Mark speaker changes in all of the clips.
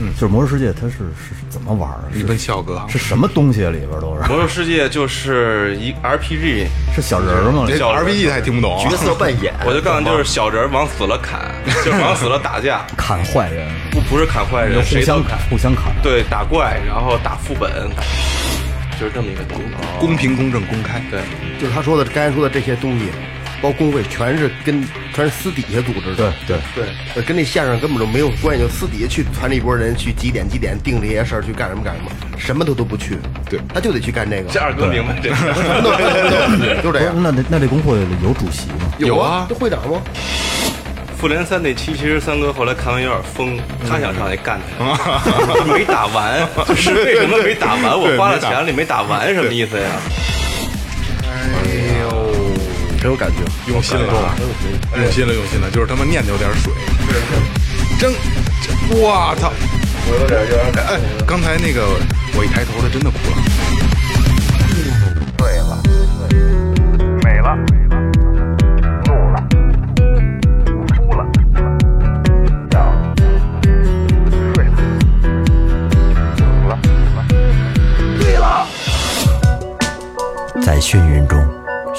Speaker 1: 嗯，就是《魔兽世界》，它是是是怎么玩啊？
Speaker 2: 一
Speaker 1: 是
Speaker 2: 奔笑哥，
Speaker 1: 是什么东西啊？里边都是
Speaker 3: 魔兽世界就是一 RPG，
Speaker 1: 是小人儿吗？
Speaker 2: 这
Speaker 3: 小
Speaker 2: RPG 他也听不懂啊，
Speaker 4: 角色扮演，
Speaker 3: 我就告诉你，就是小人往死了 砍，就是往死了打架，
Speaker 1: 砍坏人，
Speaker 3: 不不是砍坏人，
Speaker 1: 互
Speaker 3: 谁都
Speaker 1: 相
Speaker 3: 砍，
Speaker 1: 互相砍。
Speaker 3: 对，打怪，然后打副本，就是这么一个东西。 哦
Speaker 2: 公平、公正、公开。
Speaker 3: 对，
Speaker 4: 就是他说的刚才说的这些东西，包括工会，全是跟全是私底下组织的。
Speaker 1: 对对，
Speaker 3: 对，
Speaker 4: 呃，跟那线上根本就没有关系，就私底下去传这一拨人去几点几点定这些事儿，去干什么干什么，什么他都不去，
Speaker 2: 对
Speaker 4: 他就得去干这个
Speaker 3: 这，二哥明白这个。
Speaker 4: 什么都不干就这
Speaker 2: 啊
Speaker 4: 样。
Speaker 1: 那那那这工会 有主席吗？
Speaker 2: 有啊
Speaker 4: 这会长吗？
Speaker 3: 复联三那期，其实三哥后来看完有点疯，他想上去干他， 没打完，就是为什么没打 完？我花了钱了，你哦没打完，什么意思呀？
Speaker 4: 很有感觉。
Speaker 2: 用心了啊，用心了，用心了，就是他妈念叨点水，真，真我操！我有点有点哎，刚才那个我一抬头，他真的哭了。
Speaker 5: 醉了，美了，怒了，哭了，笑了，睡了，醒了，醉了。
Speaker 6: 在眩晕中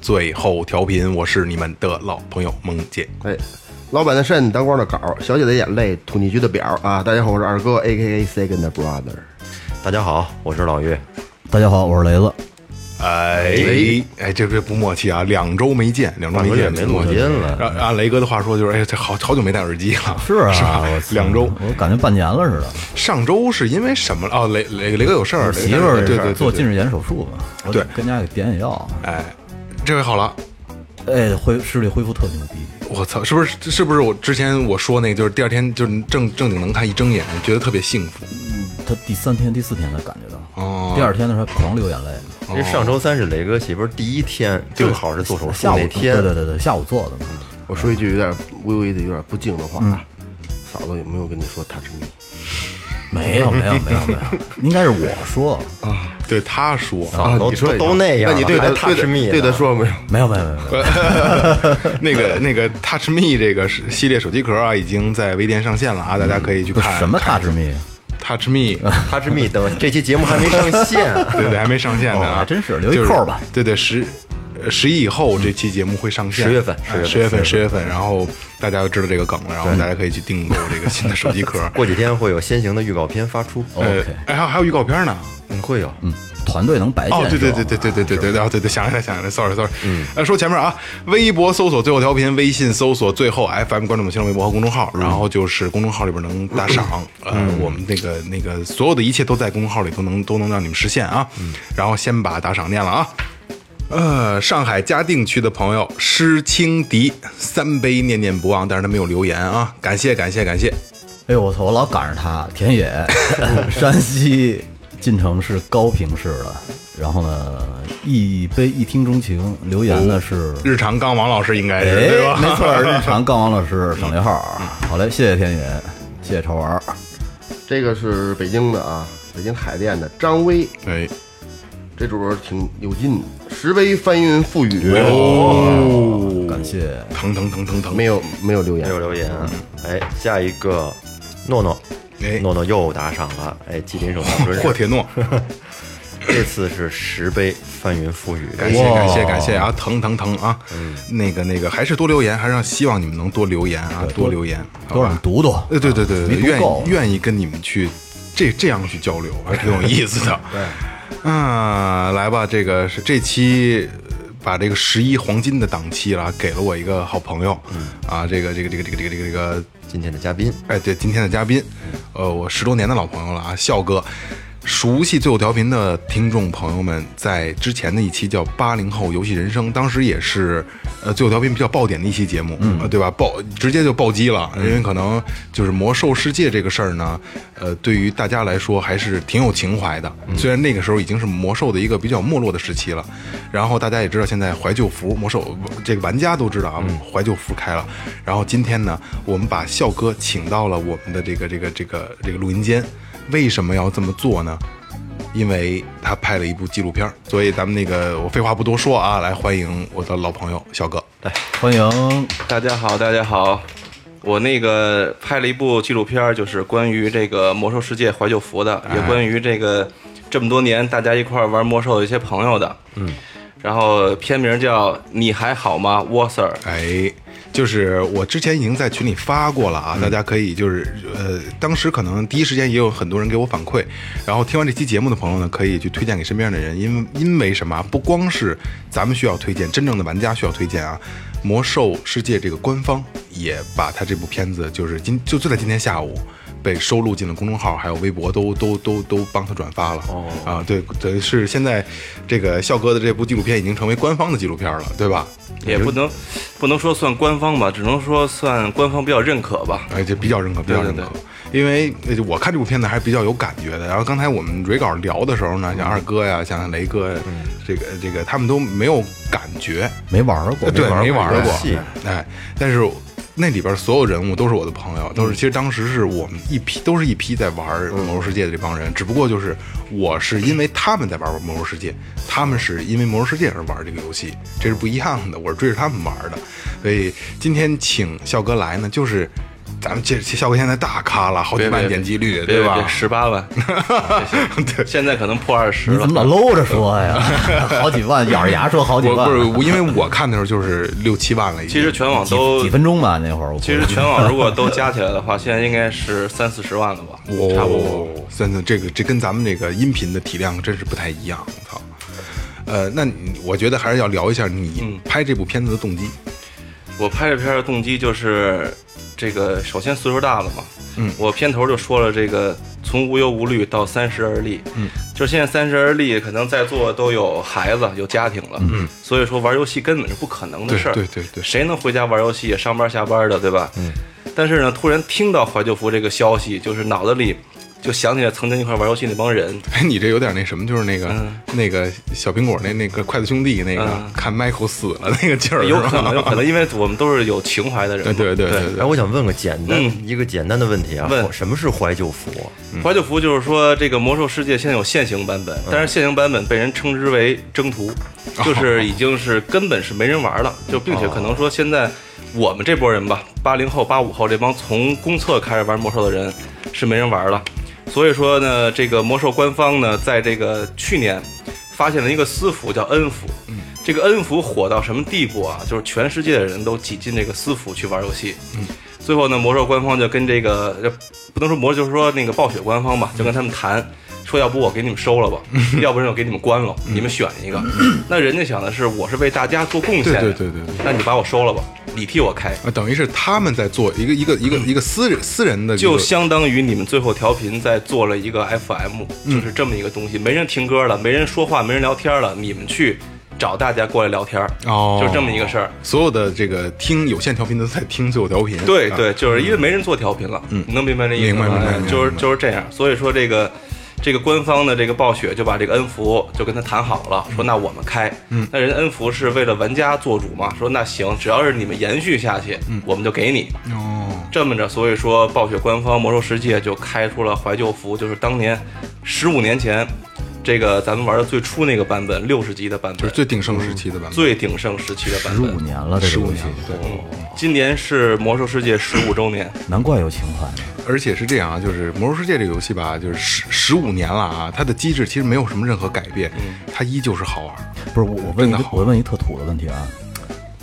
Speaker 2: 最后调频，我是你们的老朋友萌姐。
Speaker 4: 哎，老板的肾，当官的稿，小姐的眼泪，土地局的表啊！大家好，我是二哥，A K A Second Brother。
Speaker 7: 大家好，我是老岳。
Speaker 1: 大家好，我是雷子。
Speaker 2: 哎哎，这这不默契啊！两周没见，两周没见，
Speaker 7: 两周也没
Speaker 2: 不默契
Speaker 7: 录音了
Speaker 2: 然后按雷哥的话说，就是哎，这好好久没戴耳机了，
Speaker 1: 是啊，
Speaker 2: 是吧
Speaker 1: 我？
Speaker 2: 两周，
Speaker 1: 我感觉半年了似的。
Speaker 2: 上周是因为什么了？哦，雷雷雷哥有事儿，
Speaker 1: 我
Speaker 2: 雷
Speaker 1: 媳妇儿
Speaker 2: 对对对
Speaker 1: 做近
Speaker 2: 视。
Speaker 1: 视眼手术嘛，我得
Speaker 2: 对
Speaker 1: 跟家给点眼药，
Speaker 2: 哎，这回好了，
Speaker 1: 哎，恢视力恢复特牛逼。
Speaker 2: 我操，是不是是不是我之前我说那个，就是第二天就是正正经能看，一睁眼觉得特别幸福。
Speaker 1: 他第三天、第四天才感觉到，
Speaker 2: 哦
Speaker 1: 第二天的时候还狂流眼泪，
Speaker 7: 因为上周三是雷哥媳妇儿第一天，正好是做手术
Speaker 1: 下午
Speaker 7: 那天
Speaker 1: 对，对对对，下午做的嘛。
Speaker 4: 我说一句有点微微的、有点不敬的话啊，嫂子有没有跟你说他是你？
Speaker 1: 没有没有没 有没有，应该是我说，
Speaker 2: 对他说，
Speaker 7: 啊，都
Speaker 4: 你说
Speaker 7: 都
Speaker 4: 一下
Speaker 7: 都那样，
Speaker 4: 那你对他
Speaker 7: 还踏
Speaker 4: 对
Speaker 7: 实蜜
Speaker 4: 他
Speaker 7: 呢
Speaker 4: 对他说没有？
Speaker 1: 没有没有没有没有，
Speaker 2: 那个那个 Touch Me 这个是系列手机壳啊，已经在微店上线了啊，大家可以去
Speaker 1: 不是
Speaker 2: 看。
Speaker 1: 什么大致密，
Speaker 2: Touch Me？
Speaker 7: 踏实蜜。等这期节目还没上线，啊
Speaker 2: 对对，还没上线呢
Speaker 1: 哦
Speaker 2: 啊，
Speaker 1: 还真是留一
Speaker 2: 就
Speaker 1: 扣吧
Speaker 2: 对对，十呃十一以后这期节目会上线，
Speaker 7: 10月份
Speaker 2: 哎
Speaker 7: 10
Speaker 2: 十
Speaker 7: 月
Speaker 2: 月
Speaker 7: 份
Speaker 2: 份，十月份，然后大家就知道这个梗了，然后大家可以去订购这个新的手机壳。
Speaker 7: 过几天会有先行的预告片发出，
Speaker 4: 哦
Speaker 2: 呃
Speaker 1: OK，
Speaker 2: 哎，还有还有预告片呢。
Speaker 7: 嗯，会有。
Speaker 1: 嗯，团队能白
Speaker 2: 哦，
Speaker 1: 见
Speaker 2: 对
Speaker 1: 是
Speaker 2: 对
Speaker 1: 吧
Speaker 2: 对对对对对对对，啊对对，想起来想起来，sorry sorry。嗯，呃，说前面啊，微博搜索最后调频，微信搜索最后 FM，关注我们新浪微博和公众号，然后就是公众号里边能打赏，
Speaker 1: 嗯
Speaker 2: 呃，我们那个那个所有的一切都在公众号里都能都能让你们实现啊。
Speaker 1: 嗯
Speaker 2: 然后先把打赏念了啊。呃，上海嘉定区的朋友施青迪三杯念念不忘，但是他没有留言啊，感谢感谢感谢。
Speaker 1: 哎呦我操！我老赶上他，田 野，山西晋城是高平市的。然后呢，一杯一听钟情，留言的是，
Speaker 2: 哦日常刚王老师应该是、对
Speaker 1: 哎，
Speaker 2: 吧？嗯
Speaker 1: 没错，日常杠王老师省略号啊。好嘞，谢谢田野，谢谢潮玩儿。
Speaker 4: 这个是北京的啊，北京海淀的张威，
Speaker 2: 哎，
Speaker 4: 这主播挺有劲，十杯翻云覆雨，
Speaker 2: 哦，
Speaker 1: 感谢
Speaker 2: 疼疼疼疼疼
Speaker 4: 没，有没有留言
Speaker 7: 没，有留言。哎，下一个诺诺，
Speaker 2: 哎
Speaker 7: 诺诺又打赏了。哎，吉林省 长春
Speaker 2: 霍
Speaker 7: 市，
Speaker 2: 铁诺，
Speaker 7: 这次是十杯翻云覆雨。
Speaker 2: 感谢感谢感谢啊，疼疼疼啊！
Speaker 1: 嗯
Speaker 2: 那个那个，还是多留言，还是让希望你们能多留言啊，多留言，
Speaker 1: 多让
Speaker 2: 好吧
Speaker 1: 读读，
Speaker 2: 呃，对对对对，
Speaker 1: 没读
Speaker 2: 愿
Speaker 1: 够啊
Speaker 2: 意愿意跟你们去这这样 去交流，还挺有意思的。对，啊，来吧，这个是这期呃把这个十一黄金的档期了，给了我一个好朋友，
Speaker 1: 嗯
Speaker 2: 啊，这个这个这个这个这个这个这个，
Speaker 7: 今天的嘉宾
Speaker 2: 哎，对，今天的嘉宾，呃，我十多年的老朋友了啊，笑哥。熟悉最后调频的听众朋友们，在之前的一期叫《八零后游戏人生》，当时也是呃最后调频比较爆点的一期节目，嗯，对吧？爆直接就暴击了，因为可能就是魔兽世界这个事儿呢，呃，对于大家来说还是挺有情怀的。虽然那个时候已经是魔兽的一个比较没落的时期了，然后大家也知道现在怀旧服魔兽这个玩家都知道啊，怀旧服开了。然后今天呢，我们把笑哥请到了我们的这个这个这个这个录音间。为什么要这么做呢？因为他拍了一部纪录片儿，所以咱们那个我废话不多说啊，来欢迎我的老朋友小哥。
Speaker 1: 欢迎
Speaker 3: 大家好，大家好，我那个拍了一部纪录片儿，就是关于这个魔兽世界怀旧服的，
Speaker 1: 哎
Speaker 3: 也关于这个这么多年大家一块儿玩魔兽的一些朋友的，嗯。然后片名叫《你还好吗，沃 Sir》。
Speaker 2: 哎，就是我之前已经在群里发过了啊，
Speaker 3: 嗯
Speaker 2: 大家可以就是呃，当时可能第一时间也有很多人给我反馈，然后听完这期节目的朋友呢，可以去推荐给身边的人，因为因为什么啊？不光是咱们需要推荐，真正的玩家需要推荐啊。魔兽世界这个官方也把他这部片子，就是今就就在今天下午被收录进了公众号，还有微博都都都都帮他转发了。哦啊，对，等于是现在这个笑哥的这部纪录片已经成为官方的纪录片了，对吧？
Speaker 1: 哎
Speaker 3: 也不能不能说算官方吧，只能说算官方比较认可吧。
Speaker 2: 哎，这比较认可，比较认可。
Speaker 3: 对
Speaker 2: 因为呃我看这部片子还是比较有感觉的。然后刚才我们蕊稿聊的时候呢，像二哥呀，像雷哥呀，
Speaker 3: 嗯
Speaker 2: 这个这个他们都没有感觉，
Speaker 1: 没玩儿过，
Speaker 2: 对，没
Speaker 1: 儿
Speaker 2: 玩儿过
Speaker 7: 戏，
Speaker 2: 哎，但是那里边所有人物都是我的朋友，都是其实当时是我们一批，都是一批在玩《魔兽世界》的这帮人，只不过就是我是因为他们在玩《魔兽世界》，他们是因为《魔兽世界》而玩这个游戏，这是不一样的，我是追着他们玩的，所以今天请笑哥来呢，就是。咱们这笑哥现在大咖了，好几万点击率，对吧？
Speaker 3: 十 八万，对，现在可能破二十
Speaker 1: 你
Speaker 3: 了
Speaker 1: 怎。么老搂着说呀？ 好几万，咬着牙说好几
Speaker 2: 我
Speaker 1: 万
Speaker 2: 不，是，我因为我看的时候就是六七万了，已经
Speaker 3: 其实全网都
Speaker 1: 几分钟吧那会儿。我
Speaker 3: 其实全网如果都加起来的话，现在应该是三四十万了吧，差不
Speaker 2: 哦，
Speaker 3: 多。
Speaker 2: 真的，这个这跟咱们这个音频的体量真是不太一样，我操。呃，那你我觉得还是要聊一下你拍这部片子的动机。
Speaker 3: 我拍这片儿的动机就是，这个首先岁数大了嘛，嗯，我片头就说了，这个从无忧无虑到三十而立，嗯，就是现在三十而立，可能在座都有孩子有家庭了，嗯，所以说玩游戏根嗯本是不可能的事儿，
Speaker 2: 对对对对
Speaker 3: 谁能回家玩游戏？上班下班的，对吧？嗯，但是呢，突然听到怀旧服这个消息，就是脑子里就想起来曾经一块玩游戏那帮人，
Speaker 2: 哎，你这有点那什么，就是那个、那个小苹果那那个筷子兄弟那个、
Speaker 3: 嗯
Speaker 2: 看 Michael 死了那个劲儿，
Speaker 3: 有
Speaker 2: 是吧
Speaker 3: 可能，有可能，因为我们都是有情怀的人嘛，
Speaker 2: 对对对对
Speaker 7: 哎，我想问个简单、
Speaker 3: 嗯
Speaker 7: 一个简单的问题啊，
Speaker 3: 问哦
Speaker 7: 什么是怀旧服？
Speaker 3: 怀旧服就是说，这个魔兽世界现在有现行版本，但是现行版本被人称之为征途，就是已经是根本是没人玩了，就并且可能说现在我们这波人吧，八零后、八五后这帮从公测开始玩魔兽的人是没人玩了，所以说呢，这个魔兽官方呢，在这个去年发现了一个私服叫恩服，
Speaker 2: 嗯
Speaker 3: 这个恩服火到什么地步啊？就是全世界的人都挤进这个私服去玩游戏，
Speaker 2: 嗯
Speaker 3: 最后呢，魔兽官方就跟这个呃不能说魔兽，就是说那个暴雪官方
Speaker 2: 嗯
Speaker 3: 吧，就跟他们谈，说要不我给你们收了吧， 要不然我给你们关了，
Speaker 2: 嗯
Speaker 3: 你们选一个。那人家想的是，我是为大家做贡献的，
Speaker 2: 对对对对对
Speaker 3: 那你把我收了吧，你替我开，
Speaker 2: 啊，等于是他们在做一个一个一个一个私人私人的一个，
Speaker 3: 就相当于你们最后调频在做了一个 FM，就是这么一个东西，没人听歌了，没人说话，没人聊天了，你们去找大家过来聊天，
Speaker 2: 哦
Speaker 3: 就是这么一个事儿。
Speaker 2: 所有的这个听有线调频都在听最后调频，
Speaker 3: 对
Speaker 2: 啊
Speaker 3: 对，就是因为没人做调频了，嗯，能明白这意思吗？
Speaker 2: 明白明白
Speaker 3: 哎
Speaker 2: 明白
Speaker 3: 就是
Speaker 2: 明白
Speaker 3: 就是这样。所以说这个这个官方的这个暴雪就把这个恩福就跟他谈好了，说那我们开，嗯，那人恩福是为了玩家做主嘛，说那行，只要是你们延续下去，嗯，我们就给你，
Speaker 2: 哦，
Speaker 3: 这么着，所以说暴雪官方《魔兽世界》就开出了怀旧服，就是当年十五年前这个咱们玩的最初那个版本，六十级的版
Speaker 2: 就
Speaker 3: 本
Speaker 2: 是，最鼎盛时期的版本，
Speaker 3: 最鼎盛时期的版
Speaker 1: 十
Speaker 3: 本
Speaker 1: 五。年了，这
Speaker 2: 十
Speaker 1: 个
Speaker 2: 五
Speaker 1: 游戏
Speaker 2: 年，对。
Speaker 3: 嗯今年是《魔兽世界》十五周年，
Speaker 1: 难怪有情怀呢。
Speaker 2: 而且是这样啊，就是《魔兽世界》这个游戏吧，就是十十五年了啊，它的机制其实没有什么任何改变，它依旧是好玩。
Speaker 1: 不是我，我问
Speaker 2: 真的
Speaker 1: 一
Speaker 2: 好
Speaker 1: 我问一特土的问题啊，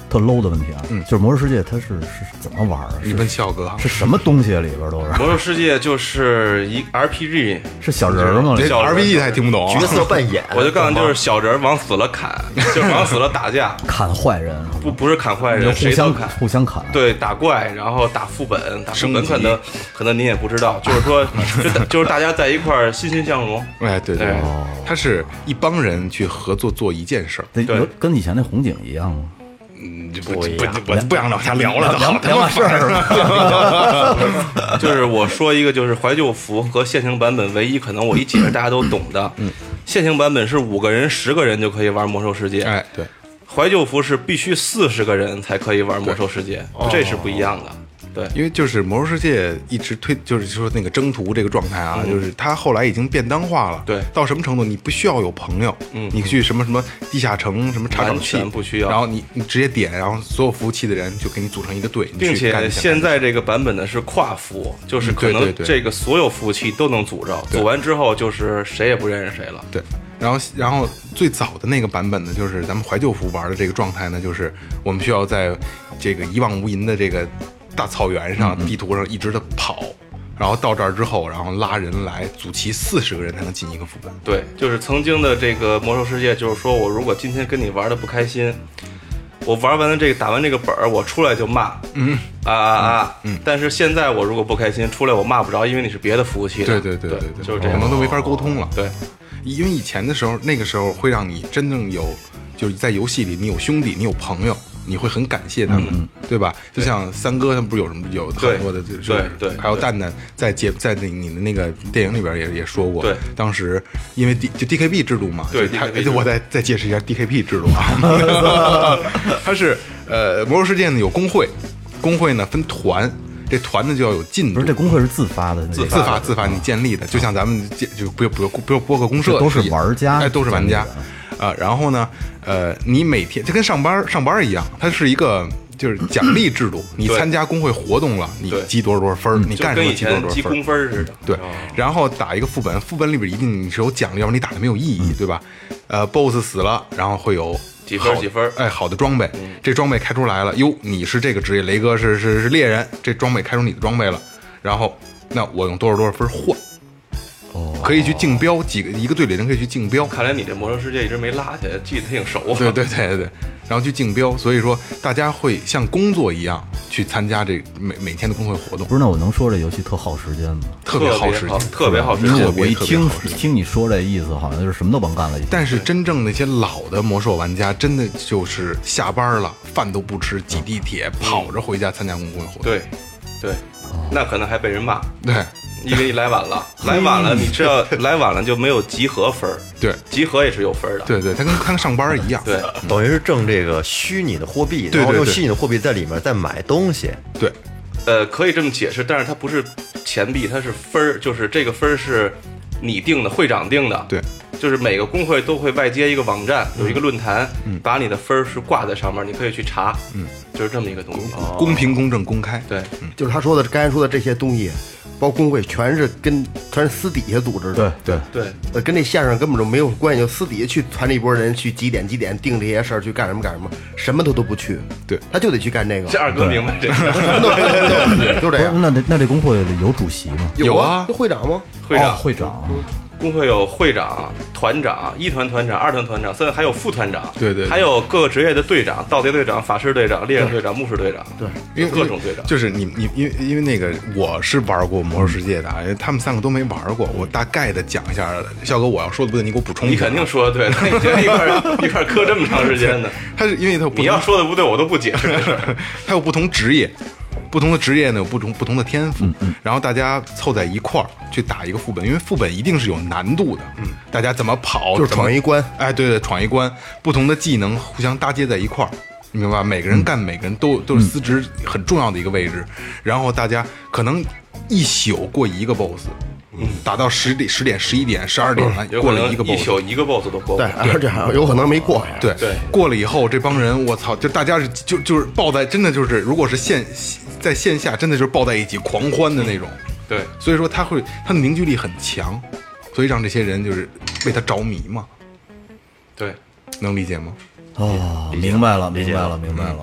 Speaker 1: 特 low 的问题啊，就是《魔兽世界》它是是是怎么玩啊？
Speaker 2: 你
Speaker 1: 是
Speaker 2: 问笑哥啊，
Speaker 1: 是什么东西啊里边都是？
Speaker 3: 魔兽世界就是一 RPG，
Speaker 1: 是小人啊儿吗？
Speaker 3: 这
Speaker 2: 这
Speaker 3: 笑哥
Speaker 2: RPG 他也听不懂啊，
Speaker 7: 角色扮演，
Speaker 3: 我就告诉你，就是小人儿往死了砍，就是往死了打架，
Speaker 1: 砍坏人，啊
Speaker 3: 不不是砍坏
Speaker 1: 你就
Speaker 3: 人，
Speaker 1: 互
Speaker 3: 谁都
Speaker 1: 相
Speaker 3: 砍。
Speaker 1: 互相砍。啊
Speaker 3: 对，打怪，然后打副本，打副
Speaker 2: 升
Speaker 3: 本
Speaker 2: 级
Speaker 3: 可能可能您也不知道，就 是说，就大就是大家在一块儿欣欣向荣，
Speaker 2: 哎，对对
Speaker 3: 对，
Speaker 2: 他是一帮人去合作做一件事儿。
Speaker 1: 对，
Speaker 3: 对
Speaker 1: 有跟以前那红警一样吗？
Speaker 2: 嗯，不不我不想老瞎聊了，
Speaker 1: 两
Speaker 2: 好他
Speaker 1: 两
Speaker 2: 妈
Speaker 1: 码事儿吧。
Speaker 3: 就是我说一个，就是怀旧服和现行版本唯一可能我一解释大家都懂的。嗯，现行版本是五个人、十个人就可以玩魔兽世界，
Speaker 2: 哎，对，
Speaker 3: 怀旧服是必须四十个人才可以玩魔兽世界，这是不一样的。对，
Speaker 2: 因为就是《魔兽世界》一直推，就是说那个征途这个状态啊，就是它后来已经便当化了。
Speaker 3: 嗯对
Speaker 2: 到什么程度，你不需要有朋友，嗯，你去什么什么地下城、什么查岗
Speaker 3: 完
Speaker 2: 器
Speaker 3: 全不需要
Speaker 2: 然后你你直接点，然后所有服务器的人就给你组成一个队，你去
Speaker 3: 并
Speaker 2: 干
Speaker 3: 且
Speaker 2: 一下
Speaker 3: 现在这个版本呢是跨服，就是
Speaker 2: 嗯
Speaker 3: 可
Speaker 2: 对
Speaker 3: 能
Speaker 2: 对对
Speaker 3: 这个所有服务器都能组着，
Speaker 2: 对
Speaker 3: 组完之后就是谁也不认识谁了。
Speaker 2: 对，然后然后最早的那个版本呢，就是咱们怀旧服玩的这个状态呢，就是我们需要在这个一望无垠的这个大草原上、
Speaker 3: 嗯
Speaker 2: 地图上一直的跑，然后到这儿之后，然后拉人来组齐四十个人才能进一个副本。
Speaker 3: 对，就是曾经的这个魔兽世界，就是说我如果今天跟你玩的不开心，我玩完了这个打完这个本儿，我出来就骂，嗯啊啊啊，嗯。但是现在我如果不开心，出来我骂不着，因为你是别的服务器的。
Speaker 2: 对对对
Speaker 3: 对
Speaker 2: 对哦对，
Speaker 3: 就是这样
Speaker 2: 可。能都没法沟通了。
Speaker 3: 对，
Speaker 2: 因为以前的时候，那个时候会让你真正有，就是在游戏里你有兄弟，你有朋友，你会很感谢他们，嗯对吧？就像三哥他们不是有什么有
Speaker 3: 对
Speaker 2: 很多的，就是
Speaker 3: 对对
Speaker 2: 还有蛋蛋在节在那你的那个电影里边也也说过，
Speaker 3: 对
Speaker 2: 当时因为 D 就 DKB 制度嘛，
Speaker 3: 对
Speaker 2: 就他
Speaker 3: DKB 制度
Speaker 2: 我再再解释一下 DKB 制度 啊，它是呃魔兽世界呢有工会，工会呢分团。这团呢就要有进
Speaker 1: 不
Speaker 2: 度
Speaker 1: 是，这工会是自发的，
Speaker 2: 自自发自发你建立的，就像咱们建就不用不用不用播客公社
Speaker 1: 这都是
Speaker 2: 一样
Speaker 1: 玩家
Speaker 2: 哎，都是玩家
Speaker 1: 建立
Speaker 2: 啊。然后呢，呃，你每天就跟上班上班一样，它是一个就是奖励制度，你
Speaker 3: 对
Speaker 2: 参加工会活动了，你
Speaker 3: 对
Speaker 2: 积多少多少分儿，你
Speaker 3: 就
Speaker 2: 干什
Speaker 3: 跟
Speaker 2: 么
Speaker 3: 以
Speaker 2: 积多少
Speaker 3: 前
Speaker 2: 多
Speaker 3: 积
Speaker 2: 少分
Speaker 3: 工
Speaker 2: 儿。
Speaker 3: 分儿似的。啊
Speaker 2: 对，然后打一个副本，副本里边一定是有奖励，要不然你打的没有意义，对吧？呃，BOSS 死了，然后会有
Speaker 3: 嗯几分儿
Speaker 2: 好
Speaker 3: 几分嗯儿
Speaker 2: 哎，好的装备，这装备开出来了，哟，你是这个职业，雷哥是是是猎人，这装备开出你的装备了，然后那我用多少多少分儿换，哦，可以去竞标，几个一个队里人可以去竞 标，
Speaker 3: 看来你这魔兽世界一直没落下，记得挺熟啊。
Speaker 2: 对对对对对，然后去竞标，所以说大家会像工作一样去参加这每每天的工会活动
Speaker 1: 不，是，那我能说这游戏特耗时间吗？
Speaker 2: 特
Speaker 3: 别
Speaker 2: 别耗时间，
Speaker 3: 特别耗时
Speaker 1: 因为
Speaker 3: 间。
Speaker 1: 我我一
Speaker 2: 特别
Speaker 1: 听
Speaker 2: 耗时间
Speaker 1: 听你说这意思，好像就是什么都甭干了已经。
Speaker 2: 但是真正那些老的魔兽玩家，真的就是下班了饭都不吃，挤地铁跑着回家参加公会活动。
Speaker 3: 对对，那可能还被人骂，
Speaker 2: 对
Speaker 3: 因为你来晚了，来晚了，你知道来晚了就没有集合分儿，
Speaker 2: 对
Speaker 3: 集合也是有分儿的。
Speaker 2: 对对，他跟他跟上班一样。
Speaker 3: 对。
Speaker 7: 等于是挣这个虚拟的货币，
Speaker 2: 对
Speaker 7: 然后
Speaker 2: 对
Speaker 7: 用
Speaker 2: 对
Speaker 7: 虚拟的货币在里面再买东西。
Speaker 2: 对
Speaker 3: 呃，可以这么解释，但是它不是钱币，它是分儿，就是这个分儿是你定的，会长定的。
Speaker 2: 对，嗯
Speaker 3: 就是每个工会都会外接一个网站，有一个论坛，把你的分儿是挂在上面，你可以去查。嗯，就是这么一个东西。哦
Speaker 2: 公平、公正、公开。
Speaker 3: 对，
Speaker 4: 就是他说的刚才说的这些东西，包括工会，全是跟全是私底下组织的。
Speaker 1: 对对，
Speaker 3: 对，
Speaker 4: 呃，跟这线上根本就没有关系，就私底下去传这一波人去几点几点定这些事儿，去干什么干什么，什么他都不去，
Speaker 2: 对
Speaker 4: 他就得去干这个，
Speaker 3: 这二哥明白 这个。
Speaker 4: 什么都不去，就
Speaker 1: 不
Speaker 4: 这
Speaker 1: 是
Speaker 4: 样。
Speaker 1: 那那那这工会里有主席吗？
Speaker 2: 有
Speaker 4: 啊
Speaker 2: 啊，
Speaker 4: 有会长吗？
Speaker 3: 会长
Speaker 1: 哦、会长，
Speaker 3: 工会有会长、团长、一团团长、二团团长，甚至还有副团长，
Speaker 2: 对对对
Speaker 3: 还有各个职业的队长，盗贼队长、法师队长、猎人队长、牧师队长，对，
Speaker 2: 因为
Speaker 3: 啊各种队长。
Speaker 2: 就是你你因为因为那个我是玩过魔兽世界的啊，因为他们三个都没玩过，我大概的讲一下。笑哥，我要说的不对，你给我补充一
Speaker 3: 你
Speaker 2: 下啊。
Speaker 3: 肯定说的对，那你这一块儿 一块儿磕这么长时间呢？
Speaker 2: 他是因为他有不
Speaker 3: 你要说的不对，我都 不解释这事儿。
Speaker 2: 它有不同职业，不同的职业呢有不同不同的天赋，然后大家凑在一块儿去打一个副本，因为副本一定是有难度的，嗯，大家怎么跑，
Speaker 4: 就是
Speaker 2: 怎么
Speaker 4: 闯一关，
Speaker 2: 哎，对对，闯一关，不同的技能互相搭接在一块儿。你明白吧？每个人干每个人都都是司职很重要的一个位置，然后大家可能一宿过一个 BOSS，打到十点、十点、十一点、十二点，哎
Speaker 3: 有
Speaker 2: 过
Speaker 3: 可
Speaker 2: 了
Speaker 3: 能
Speaker 2: 一个
Speaker 3: 一
Speaker 2: BOSS，
Speaker 3: 宿一个 boss 都过不
Speaker 4: 对
Speaker 3: 了。，
Speaker 4: 而且还有可能没过。
Speaker 2: 对
Speaker 3: 对
Speaker 2: 过了以后，这帮人我操，就大家是就就是抱在，真的就是，如果是线在线下，真的就是抱在一起狂欢的那种。
Speaker 3: 对，
Speaker 2: 所以说他会他的凝聚力很强，所以让这些人就是为他着迷嘛，
Speaker 3: 对，
Speaker 2: 能理解吗？
Speaker 1: 哦，明白了，明白了，明白了。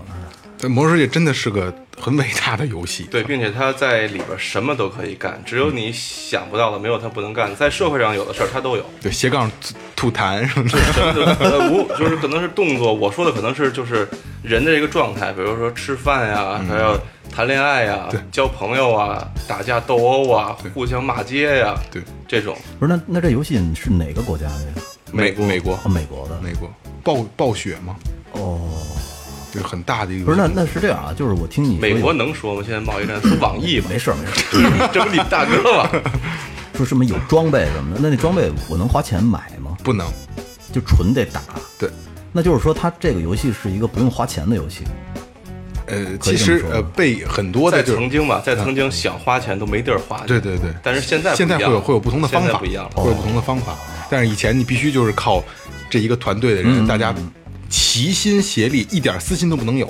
Speaker 2: 但《魔兽世界》真的是个很伟大的游戏，
Speaker 3: 对，并且它在里边什么都可以干，只有你想不到的，没有它不能干的。在社会上有的事儿它都有，
Speaker 2: 对斜杠吐吐痰什么的，
Speaker 3: 什么都有呃无就是可能是动作，我说的可能是就是人的这个状态，比如说吃
Speaker 2: 嗯
Speaker 3: 饭呀，还有谈恋爱呀，交朋友啊，打架斗殴啊，互相骂街呀，
Speaker 2: 对，
Speaker 3: 这种
Speaker 1: 不是，那那这游戏是哪个国家的呀？
Speaker 2: 美美国
Speaker 1: 啊，美国的。
Speaker 2: 美国暴暴雪嘛，
Speaker 1: 哦，
Speaker 2: 就是很大的一个
Speaker 1: 不是，那
Speaker 2: 游戏
Speaker 1: 那是这样啊，就是我听你说
Speaker 3: 美
Speaker 1: 有
Speaker 3: 国能说吗？现在贸易战说网易吧，
Speaker 1: 没事儿没事儿，
Speaker 3: 这不你大哥吗？
Speaker 1: 说什么有装备什么的，那那装备我能花钱买吗？
Speaker 2: 不能
Speaker 1: 就纯得打。
Speaker 2: 对。
Speaker 1: 那就是说，它这个游戏是一个不用花钱的游戏。
Speaker 2: 呃，
Speaker 1: 可以
Speaker 2: 其
Speaker 1: 这么
Speaker 2: 实
Speaker 1: 说
Speaker 2: 呃被很多
Speaker 3: 在
Speaker 2: 的就是嗯
Speaker 3: 曾经吧，在曾经想花钱都没地儿花去，
Speaker 2: 对对对，
Speaker 3: 但是现在不
Speaker 2: 现在
Speaker 3: 一
Speaker 2: 会
Speaker 3: 样
Speaker 2: 有
Speaker 3: 了
Speaker 2: 会有不同的方
Speaker 3: 现在
Speaker 2: 法，
Speaker 3: 不一样了。
Speaker 2: 会有不同的方法。但是以前你必须就是靠这一个团队的
Speaker 3: 嗯
Speaker 2: 人，大家齐心协力，一点私心都不能有，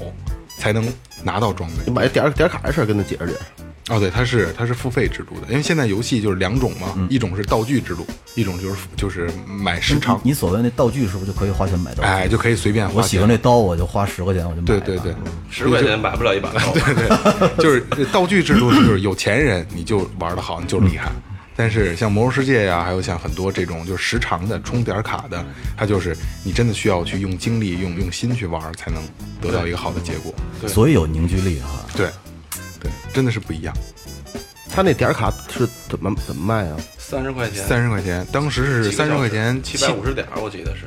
Speaker 2: 才能拿到装备
Speaker 4: 你。把这点儿点儿卡的事儿跟他解释解释。
Speaker 2: 哦，对，它是它是付费制度的，因为现在游戏就是两种嘛，
Speaker 3: 嗯
Speaker 2: 一种是道具制度，一种就是就是买时长，
Speaker 3: 嗯
Speaker 1: 你所谓那道具是不是就可以花钱买道具？
Speaker 2: 哎，就可以随便花
Speaker 1: 我喜
Speaker 2: 钱。
Speaker 1: 欢这刀，我就花十块钱我就买。
Speaker 2: 对对对，
Speaker 3: 十块钱买不了一把刀，
Speaker 2: 对 对，就是道具制度是就是有钱人你就玩的好，你就厉害。但是像《魔兽世界》呀，还有像很多这种就是时长的充点卡的，它就是你真的需要去用精力、用用心去玩，才能得到一个好的结果。
Speaker 1: 所以有凝聚力啊哈。
Speaker 2: 对，对，真的是不一样。
Speaker 4: 他那点儿卡是怎么怎么卖啊？
Speaker 3: 三十块钱，
Speaker 2: 三十块钱，当时是三十块钱，
Speaker 3: 七百五十点儿，我记得是，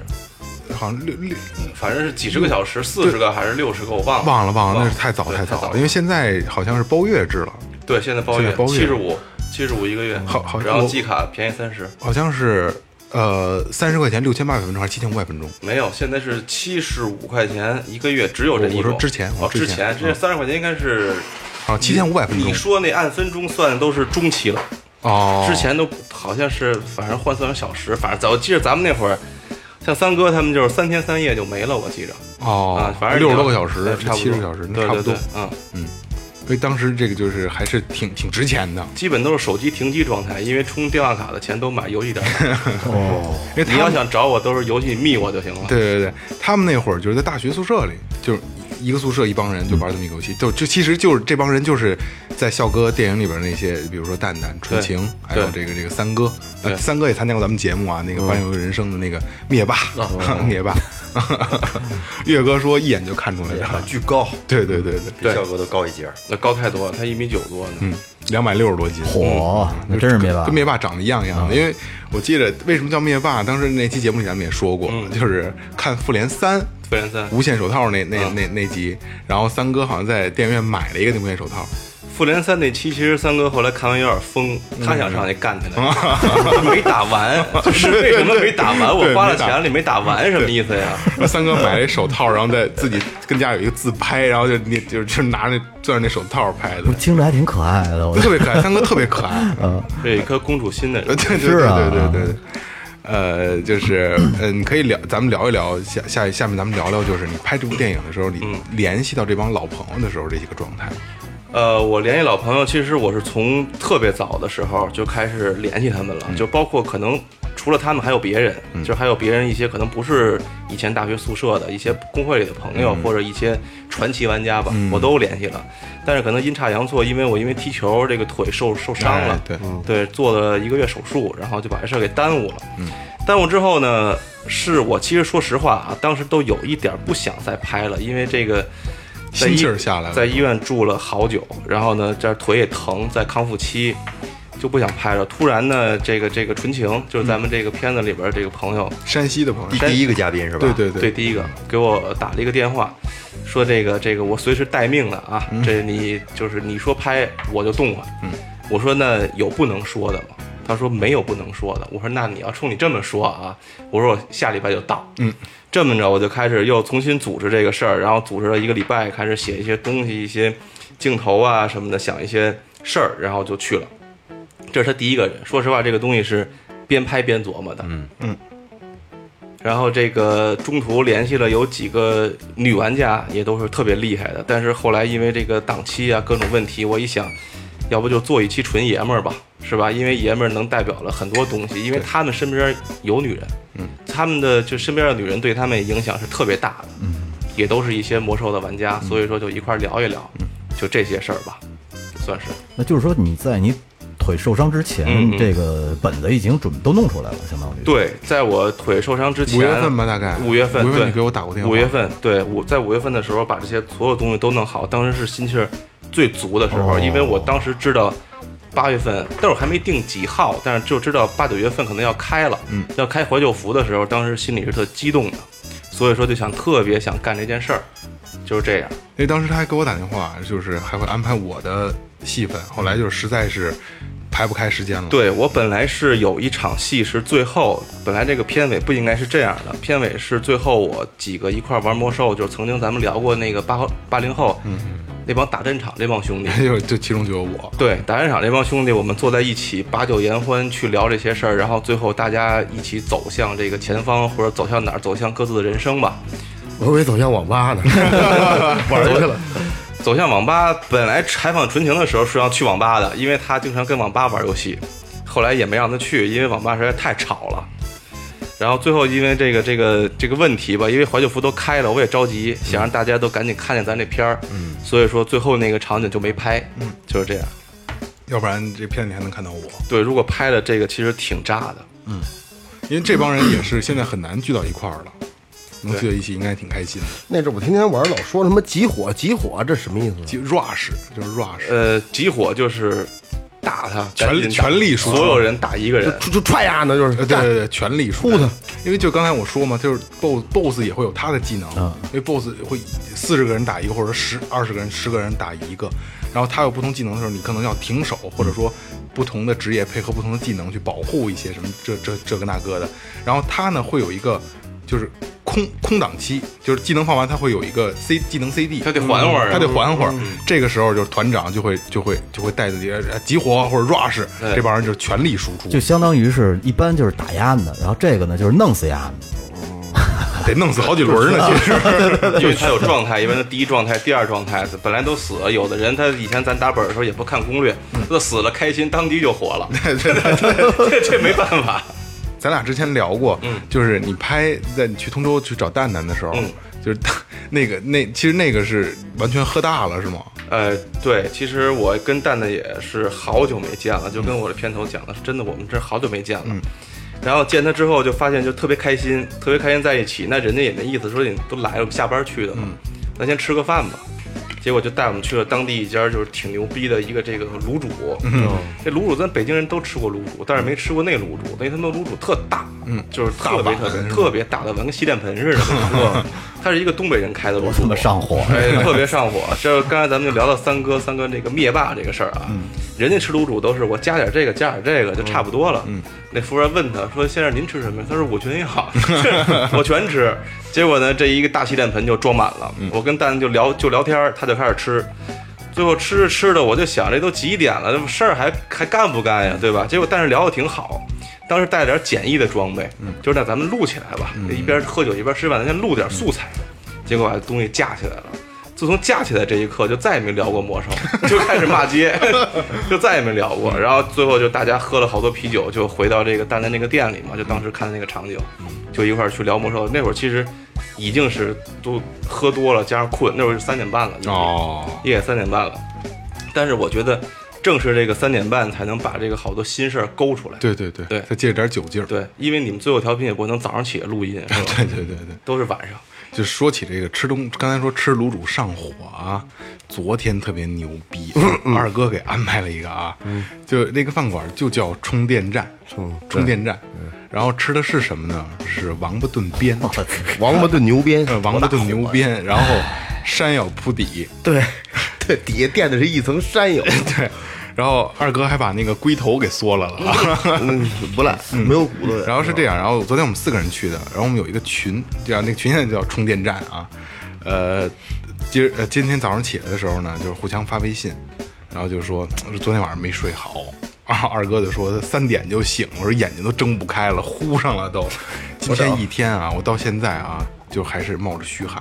Speaker 2: 七，好像六六，
Speaker 3: 反正是几十个小时，四十个还是六十个，我哦忘了，
Speaker 2: 忘了忘了，那是太早
Speaker 3: 对
Speaker 2: 太
Speaker 3: 太
Speaker 2: 早了，因为现在好像是包月制了，
Speaker 3: 对，现在包
Speaker 2: 现
Speaker 3: 月
Speaker 2: 在包月
Speaker 3: 七十五，七十五一个月，
Speaker 2: 好好
Speaker 3: 然后
Speaker 2: 我
Speaker 3: 季卡便宜三十，
Speaker 2: 好像是呃三十块钱六千八百分钟还是七千五百分钟。
Speaker 3: 没有，现在是七十五块钱一个月，只有这一种。
Speaker 2: 我说之前我
Speaker 3: 哦，
Speaker 2: 之
Speaker 3: 之
Speaker 2: 前嗯
Speaker 3: 前这三十块钱应该是
Speaker 2: 啊，七千五百分钟
Speaker 3: 你说那按分钟算的都是中期了，
Speaker 2: 哦，
Speaker 3: 之前都好像是反正换算成小时，反正咱我记得咱们那会儿。像三哥他们就是三天三夜就没了，我记着
Speaker 2: 哦，
Speaker 3: 啊，反正
Speaker 2: 六
Speaker 3: 你
Speaker 2: 十
Speaker 3: 就
Speaker 2: 多个小时
Speaker 3: 对，差不
Speaker 2: 七
Speaker 3: 多
Speaker 2: 十小时，
Speaker 3: 对
Speaker 2: 差不多
Speaker 3: 对对。，嗯，
Speaker 2: 所以当时这个就是还是挺挺值钱的，
Speaker 3: 基本都是手机停机状态，因为充电话卡的钱都买游戏 点儿。
Speaker 2: 因为他
Speaker 3: 你要
Speaker 2: 们
Speaker 3: 想找我，都是游戏密我就行了。
Speaker 2: 对对对，他们那会儿就是在大学宿舍里，就是一个宿舍一帮人就玩这么一个游戏，就就其实就是这帮人就是在校哥电影里边那些，比如说蛋蛋、纯情，还有这个这个三哥，呃
Speaker 3: 对嗯
Speaker 2: 三哥也参加过咱们节目啊，那个《环游人生》的那个灭霸，
Speaker 3: 哦
Speaker 2: 灭霸。 岳哥说一眼就看
Speaker 3: 哎
Speaker 2: 出来了，
Speaker 7: 啊巨高，
Speaker 2: 对对对对，
Speaker 7: 比效果都高一截儿。
Speaker 3: 那高太多了，他一米九多呢。
Speaker 2: 嗯，两百六十多斤，
Speaker 1: 火，
Speaker 2: 嗯
Speaker 1: 那真是灭霸嗯
Speaker 2: 跟。灭霸长得一样一样的。因为我记得为什么叫灭霸，当时那期节目里咱们也说过， 就是看《复联三》
Speaker 3: 飞人三，
Speaker 2: 无限手套那那、
Speaker 3: 嗯
Speaker 2: 那那集，然后三哥好像在电影院买了一个那无限手套，
Speaker 3: 复联三那期，其实三哥后来看完有点疯，他想上去干起来，没打 完，就是为什么没打完？我
Speaker 2: 嗯对
Speaker 3: 花了
Speaker 2: 没打
Speaker 3: 钱了，你没打完，什么意思呀？
Speaker 2: 三哥买了一手套，然后在自己跟家有一个自拍，然后就那就就拿着攥着那手套拍的
Speaker 1: 不，是听着还挺可爱的，我嗯
Speaker 2: 特别可爱，三哥特别可爱，
Speaker 3: 这一颗公主心的人
Speaker 2: 对，对对
Speaker 1: 是啊
Speaker 2: 对对对对。呃，就是，呃，你可以聊，咱们聊一聊下下下面，咱们聊聊，就是你拍这部电影的时候，你联系到这帮老朋友的时候，这几个状态。
Speaker 3: 呃，我联系老朋友，其实我是从特别早的时候就开始联系他们
Speaker 2: 嗯
Speaker 3: 了，就包括可能除了他们还有别人，就还有别人一些可能不是以前大学宿舍的一些工会里的朋友、
Speaker 2: 嗯
Speaker 3: 或者一些传奇玩家吧，我都联系了。但是可能阴差阳错，因为我因为踢球这个腿受受伤了，嗯
Speaker 2: 哎对
Speaker 3: 对，做了一个月手术，然后就把这事儿给耽误了。
Speaker 2: 嗯
Speaker 3: 耽误之后呢，是我其实说实话啊，当时都有一点儿不想再拍了，因为这个在
Speaker 2: 心
Speaker 3: 医
Speaker 2: 气儿下来了
Speaker 3: 在医院住了好久，然后呢，这腿也疼，在康复期，就不想拍了。突然呢，这个这个纯情就是咱们这个片子里边儿这个朋友，
Speaker 2: 山西的朋友，
Speaker 7: 第第一个嘉宾是吧？
Speaker 2: 对对
Speaker 3: 对，第一个给我打了一个电话，说这个这个我随时待命的啊，这你就是你说拍我就动换。嗯，我说那有不能说的吗？他说没有不能说的。我说那你要冲你这么说啊，我说我下礼拜就到。嗯，这么着我就开始又重新组织这个事儿，然后组织了一个礼拜，开始写一些东西，一些镜头啊什么的，想一些事儿，然后就去了。这是他第一个人。说实话，这个东西是边拍边琢磨的。嗯嗯。然后这个中途联系了有几个女玩家，也都是特别厉害的。但是后来因为这个档期啊各种问题，我一想，要不就做一期纯爷们儿吧，是吧？因为爷们儿能代表了很多东西，因为他们身边有女人，嗯，他们的就身边的女人对他们影响是特别大的。嗯，也都是一些魔兽的玩家，所以说就一块儿聊一聊，
Speaker 2: 嗯
Speaker 3: 就这些事儿吧，算是。
Speaker 1: 那就是说你在你腿受伤之前，
Speaker 3: 嗯嗯
Speaker 1: 这个本子已经准都弄出来了，相当于。
Speaker 3: 对，在我腿受伤之前，
Speaker 2: 五月份吧大概
Speaker 3: 五月份，
Speaker 2: 五月份
Speaker 3: 对
Speaker 2: 你给我打过电话
Speaker 3: 五月份，对，我在五月份的时候把这些所有东西都弄好，当时是心气儿最足的时候，因为我当时知道八月份，但我还没定几号，但是就知道八九月份可能要开了，嗯，要开怀旧服的时候，当时心里是特激动的，所以说就想特别想干这件事儿，就是这样。
Speaker 2: 因哎为当时他还给我打电话，就是还会安排我的戏份，后来就是实在是排不开时间了。，
Speaker 3: 对我本来是有一场戏是最后，本来这个片尾不应该是这样的，片尾是最后我几个一块儿玩魔兽，就是曾经咱们聊过那个八号八零后，嗯，那帮打战场这帮兄弟，
Speaker 2: 就就其中就有我。
Speaker 3: 对打战场这帮兄弟，我们坐在一起把酒言欢去聊这些事儿，然后最后大家一起走向这个前方，或者走向哪儿，走向各自的人生吧。
Speaker 4: 我以为走向网 吧呢， 玩儿去了。
Speaker 3: 走向网吧，本来采访纯情的时候是要去网吧的，因为他经常跟网吧玩游戏，后来也没让他去，因为网吧实在太吵了。然后最后因为这个这个这个问题吧，因为怀旧服都开了，我也着急，想让大家都赶紧看见咱这片儿，嗯，所以说最后那个场景就没拍，嗯，就是这样。
Speaker 2: 要不然这片子你还能看到我，
Speaker 3: 对，如果拍了这个其实挺炸的，
Speaker 2: 因为这帮人也是现在很难聚到一块儿了，能聚到一起应该挺开心的。
Speaker 4: 那阵儿我天天玩儿，老说他妈集火集火，这什么意思？啊
Speaker 2: 就 rush 就是 rush，
Speaker 3: 呃，集火就是打他，
Speaker 2: 全
Speaker 3: 赶紧打
Speaker 2: 全力输出
Speaker 3: 所有人打一个人，
Speaker 4: 就就踹呀呢，就是
Speaker 2: 呃，对对对，全力出的。因为就刚才我说嘛，就是 boss boss 也会有他的技能，因为 boss 会四十个人打一个，或者十二十个人、十个人打一个，然后他有不同技能的时候，你可能要停手，或者说不同的职业配合不同的技能去保护一些什么这这这个那个的。然后他呢会有一个就是空空档期，就是技能放完他会有一个 C 技能 CD，
Speaker 3: 他得缓会儿啊
Speaker 2: 他得缓会儿。这个时候就是团长就会就会就会带着你呃集火或者 rush，
Speaker 3: 对
Speaker 2: 这帮人就是全力输出，
Speaker 1: 就相当于是一般就是打压的，然后这个呢就是弄死压的。
Speaker 2: 得弄死好几轮呢。其实。
Speaker 3: 因为他有状态，因为他第一状态、第二状态本来都死了，有的人他以前咱打本的时候也不看攻略，他死了开心，当即就火了，嗯对对对， 这这没办法，
Speaker 2: 咱俩之前聊过，就是你拍在你去通州去找蛋蛋的时候，
Speaker 3: 嗯
Speaker 2: 就是他那个那其实那个是完全喝大了是吗？
Speaker 3: 呃，对，其实我跟蛋蛋也是好久没见了，就跟我的片头讲的，是真的，我们这好久没见了。然后见他之后就发现就特别开心，特别开心在一起。那人家也没意思，说你都来了，下班去的嘛，那先吃个饭吧。结果就带我们去了当地一家就是挺牛逼的一个这个卤煮，这卤煮咱北京人都吃过卤煮，但是没吃过那卤煮，那他们卤煮特大，就是特别
Speaker 2: 大
Speaker 3: 特
Speaker 2: 碗是
Speaker 3: 别
Speaker 2: 吧
Speaker 3: 特别大的，完跟洗脸盆似的。它是一个东北人开的卤
Speaker 1: 这
Speaker 3: 煮，
Speaker 1: 么上火
Speaker 3: 哎，特别上火。这刚才咱们就聊到三哥，三哥这个灭霸这个事儿啊，人家吃卤煮都是我加点这个，加点这个就差不多了。那服务员问他说：“先生您吃什么呀？”他说：“我全要， 我全吃。”结果呢，这一个大洗脸盆就装满了。我跟蛋蛋就聊就聊天儿，他就开始吃。最后吃着吃着，我就想这都几点了，这事儿还还干不干呀，对吧？结果但是聊得挺好，当时带了点简易的装备，就是那咱们录起来吧，一边喝酒一边吃饭，咱先录点素材。结果把东西架起来了。自从架起来这一刻，就再也没聊过魔兽，就开始骂街， 就再也没聊过。然后最后就大家喝了好多啤酒，就回到这个蛋蛋那个店里嘛，就当时看的那个场景，就一块儿去聊魔兽。那会儿其实已经是都喝多了，加上困，那会儿是三点半了，已经
Speaker 2: 哦，
Speaker 3: 夜三点半了。但是我觉得，正是这个三点半才能把这个好多新事儿勾出来。
Speaker 2: 对对对，
Speaker 3: 对
Speaker 2: 再借着点酒劲儿。
Speaker 3: 对，因为你们最后调频也不能早上起来录音，是吧
Speaker 2: 对对对对，
Speaker 3: 都是晚上。
Speaker 2: 就说起这个吃东，刚才说吃卤煮上火啊，昨天特别牛逼，啊 二哥给安排了一个啊，就那个饭馆就叫充电站，充电站，然后吃的是什么呢？是王八炖鞭，
Speaker 4: 王八炖牛鞭，
Speaker 2: 呃王八炖牛鞭， 然后山药铺底，
Speaker 4: 啊 对对，底下垫的是一层山药，
Speaker 2: 对，然后二哥还把那个龟头给缩了 了。
Speaker 4: 嗯，不赖，没有骨头的。
Speaker 2: 然后是这样，然后昨天我们四个人去的，然后我们有一个群，叫那个群现在叫充电站啊，呃，今儿呃今天早上起来的时候呢，就是互相发微信，然后就说呃昨天晚上没睡好，然后二哥就说他三点就醒，我说眼睛都睁不开了，呼上了都，今天一天啊，我到现在啊。就还是冒着虚汗，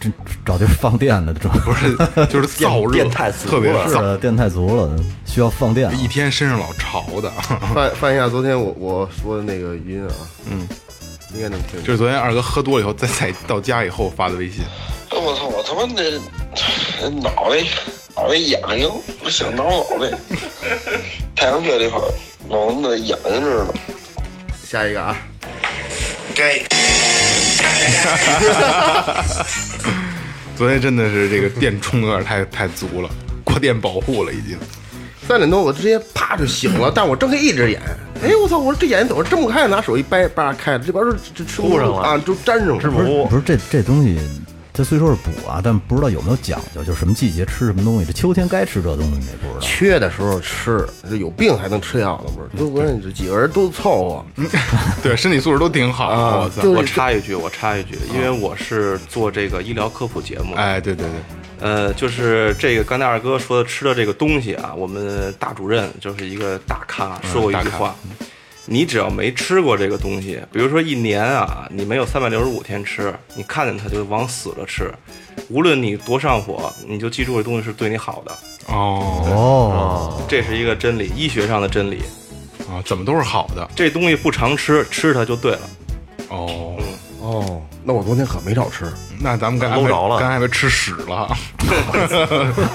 Speaker 1: 这找地儿放电的，这
Speaker 2: 不是，就是燥热，
Speaker 7: 电太足
Speaker 2: 特别
Speaker 1: 是
Speaker 2: 燥，
Speaker 1: 的，电太足了，需要放电了。啊
Speaker 2: 一天身上老潮的。
Speaker 4: 翻翻一下昨天我我说的那个语音啊，嗯，应该能听
Speaker 2: 就。是昨天二哥喝多了以后，在在到家以后发的微信，
Speaker 8: 我操，我他妈的 脑袋脑袋痒痒，我想挠脑袋。 太阳穴这块儿，脑子痒痒着呢。
Speaker 4: 下一个啊，
Speaker 8: 给
Speaker 2: 昨天真的是这个电充的有点太太足了，过电保护了已经。
Speaker 4: 三点多我直接啪就醒了，但我睁开一只眼，哎我操，我说这眼怎么睁不开？啊拿手一掰，叭开了，这边是这吃
Speaker 7: 糊上了
Speaker 4: 啊，就粘上了。
Speaker 1: 不是不是这这东西，它虽说是补啊，但不知道有没有讲究，就是什么季节吃什么东西。这秋天该吃这东西，你不知道。
Speaker 4: 缺的时候吃，这有病还能吃药呢？不是，都关键这几个人都凑合。啊
Speaker 2: 对，身体素质都挺好。啊
Speaker 7: 啊
Speaker 2: 我操！
Speaker 4: 就是
Speaker 3: 我插一句，我插一句，因为我是做这个医疗科普节目，
Speaker 2: 哎，对对对，
Speaker 3: 呃，就是这个刚才二哥说的吃的这个东西啊，我们大主任就是一个嗯大咖，说过一句话，你只要没吃过这个东西，比如说一年啊，你没有三百六十五天吃，你看见它就往死了吃，无论你多上火，你就记住这东西是对你好的，
Speaker 2: 哦
Speaker 1: 哦，
Speaker 3: 这是一个真理，医学上的真理。
Speaker 2: 啊，怎么都是好的
Speaker 3: 这东西不常吃，吃它就对了。
Speaker 2: 哦。
Speaker 4: 哦，那我昨天可没少吃，
Speaker 2: 那咱们该
Speaker 7: 搂着了
Speaker 2: 刚才还吃屎了，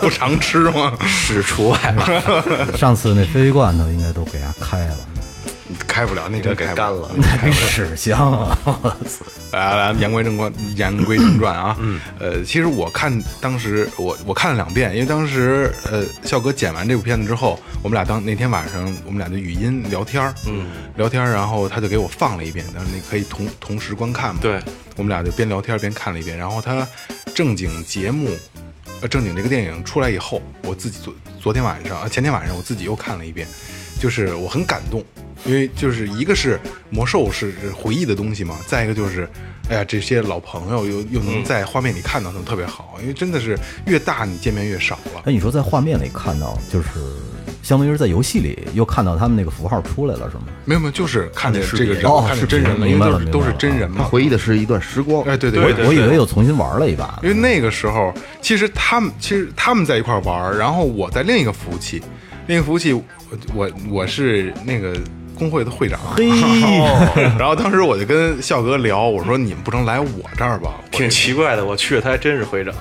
Speaker 2: 不常吃吗？
Speaker 3: 屎除外吧，
Speaker 1: 上次那鲱鱼罐头应该都给它开了，
Speaker 2: 开不了，那真
Speaker 7: 给
Speaker 2: 开不
Speaker 7: 干了。
Speaker 1: 那比屎香啊！我操
Speaker 2: 来来，言归正传，言归正传啊。嗯，呃，其实我看当时我我看了两遍，因为当时呃，笑哥剪完这部片子之后，我们俩当那天晚上我们俩就语音聊天嗯，聊天儿，然后他就给我放了一遍，但是你可以同同时观看嘛。
Speaker 3: 对，
Speaker 2: 我们俩就边聊天边看了一遍，然后他正经节目。呃，正经这个电影出来以后，我自己昨昨天晚上，呃前天晚上我自己又看了一遍，就是我很感动，因为就是一个是魔兽是是回忆的东西嘛，再一个就是，哎呀，这些老朋友又又能在画面里看到他们，特别好，因为真的是越大你见面越少了。
Speaker 1: 哎，你说在画面里看到，就是相当于是在游戏里又看到他们那个符号出来了，是吗？
Speaker 2: 没有没有，就是看见这个人，
Speaker 1: 哦
Speaker 2: 看
Speaker 1: 视频
Speaker 2: 见真人了，因
Speaker 1: 明白
Speaker 2: 为都
Speaker 1: 了
Speaker 2: 是
Speaker 1: 明白
Speaker 2: 都是
Speaker 1: 了
Speaker 2: 真人嘛。
Speaker 4: 回忆的是一段时光。
Speaker 2: 哎，对对
Speaker 3: 对
Speaker 2: 对
Speaker 1: 我以为又重新玩了一把
Speaker 2: 因
Speaker 1: 呢。
Speaker 2: 为那个时候，其实他们其实他们在一块儿玩儿，然后我在另一个服务器，另一个服务器，我我我是那个工会的会长，
Speaker 1: 嘿，
Speaker 2: 然后当时我就跟笑哥聊，我说你们不能来我这儿吧，我
Speaker 3: 挺奇怪的。我去，他还真是会长。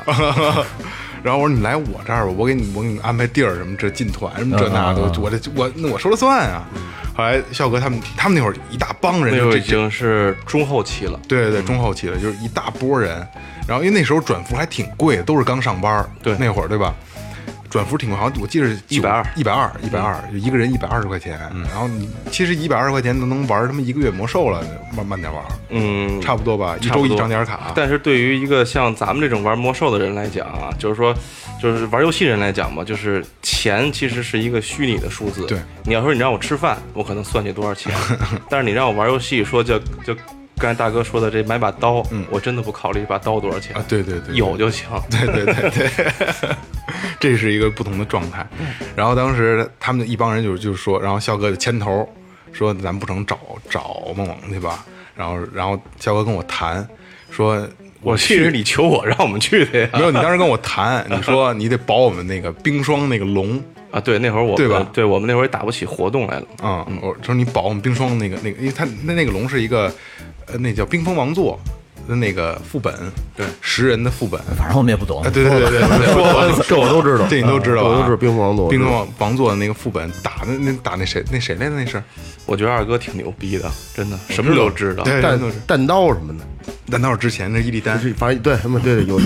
Speaker 2: 然后我说你来我这儿吧，我给你我给你安排地儿什么这进团什么这那的，我这我那我说了算啊。后来笑哥他们他们那会儿一大帮人
Speaker 3: 那
Speaker 2: 就
Speaker 3: 就
Speaker 2: 这
Speaker 3: 已经是中后期了。
Speaker 2: 对对对，中后期了，就是一大波人。然后因为那时候转服还挺贵，都是刚上班儿
Speaker 3: 对
Speaker 2: 那会儿对吧？转服挺贵，好像我记得是
Speaker 3: 120
Speaker 2: 一百二，一百二，
Speaker 3: 嗯
Speaker 2: 一个人一百二十块钱。然后你其实一百二十块钱都能玩他妈一个月魔兽了，慢慢点玩，
Speaker 3: 嗯，
Speaker 2: 差不多吧，一
Speaker 3: 差不
Speaker 2: 周
Speaker 3: 多
Speaker 2: 一张点卡。
Speaker 3: 但是对于一个像咱们这种玩魔兽的人来讲啊，就是说，就是玩游戏人来讲嘛，就是钱其实是一个虚拟的数字。
Speaker 2: 对，
Speaker 3: 你要说你让我吃饭，我可能算计多少钱， 但是你让我玩游戏，说就就刚才大哥说的这买把刀，我真的不考虑一把刀多少钱，
Speaker 2: 嗯啊，对对对，对嗯
Speaker 3: 有就行。
Speaker 2: 对对对对，这是一个不同的状态。然后当时他们一帮人就是就是说，然后肖哥就牵头说：“咱不成找找梦梦去吧？”然后然后肖哥跟我谈说：“
Speaker 3: 我去是你求我让我们去的呀。
Speaker 2: 没有，你当时跟我谈，你说你得保我们那个冰霜那个龙。”
Speaker 3: 啊，对，那会儿我们
Speaker 2: 对吧
Speaker 3: 对我们那会儿也打不起活动来了。
Speaker 2: 啊、我说你保我们冰霜那个那个，因为他那那个龙是一个，呃，那叫冰封王座的那个副本，对，十人的副本，
Speaker 1: 反正我们也不懂
Speaker 2: 啊，。对对对对，说完了，
Speaker 4: 这我都知道，啊
Speaker 2: 这你都知道吧，
Speaker 4: 我都知道冰封王座，
Speaker 2: 冰封王王座的那个副本打那那打那谁那谁来的那是
Speaker 3: 我觉得二哥挺牛逼的，真的什么都知道。
Speaker 2: 对，
Speaker 4: 弹
Speaker 2: 战斗是
Speaker 4: 弹刀什么的，
Speaker 2: 难道是之前那是伊利丹
Speaker 4: 就？是反正对他们对对有，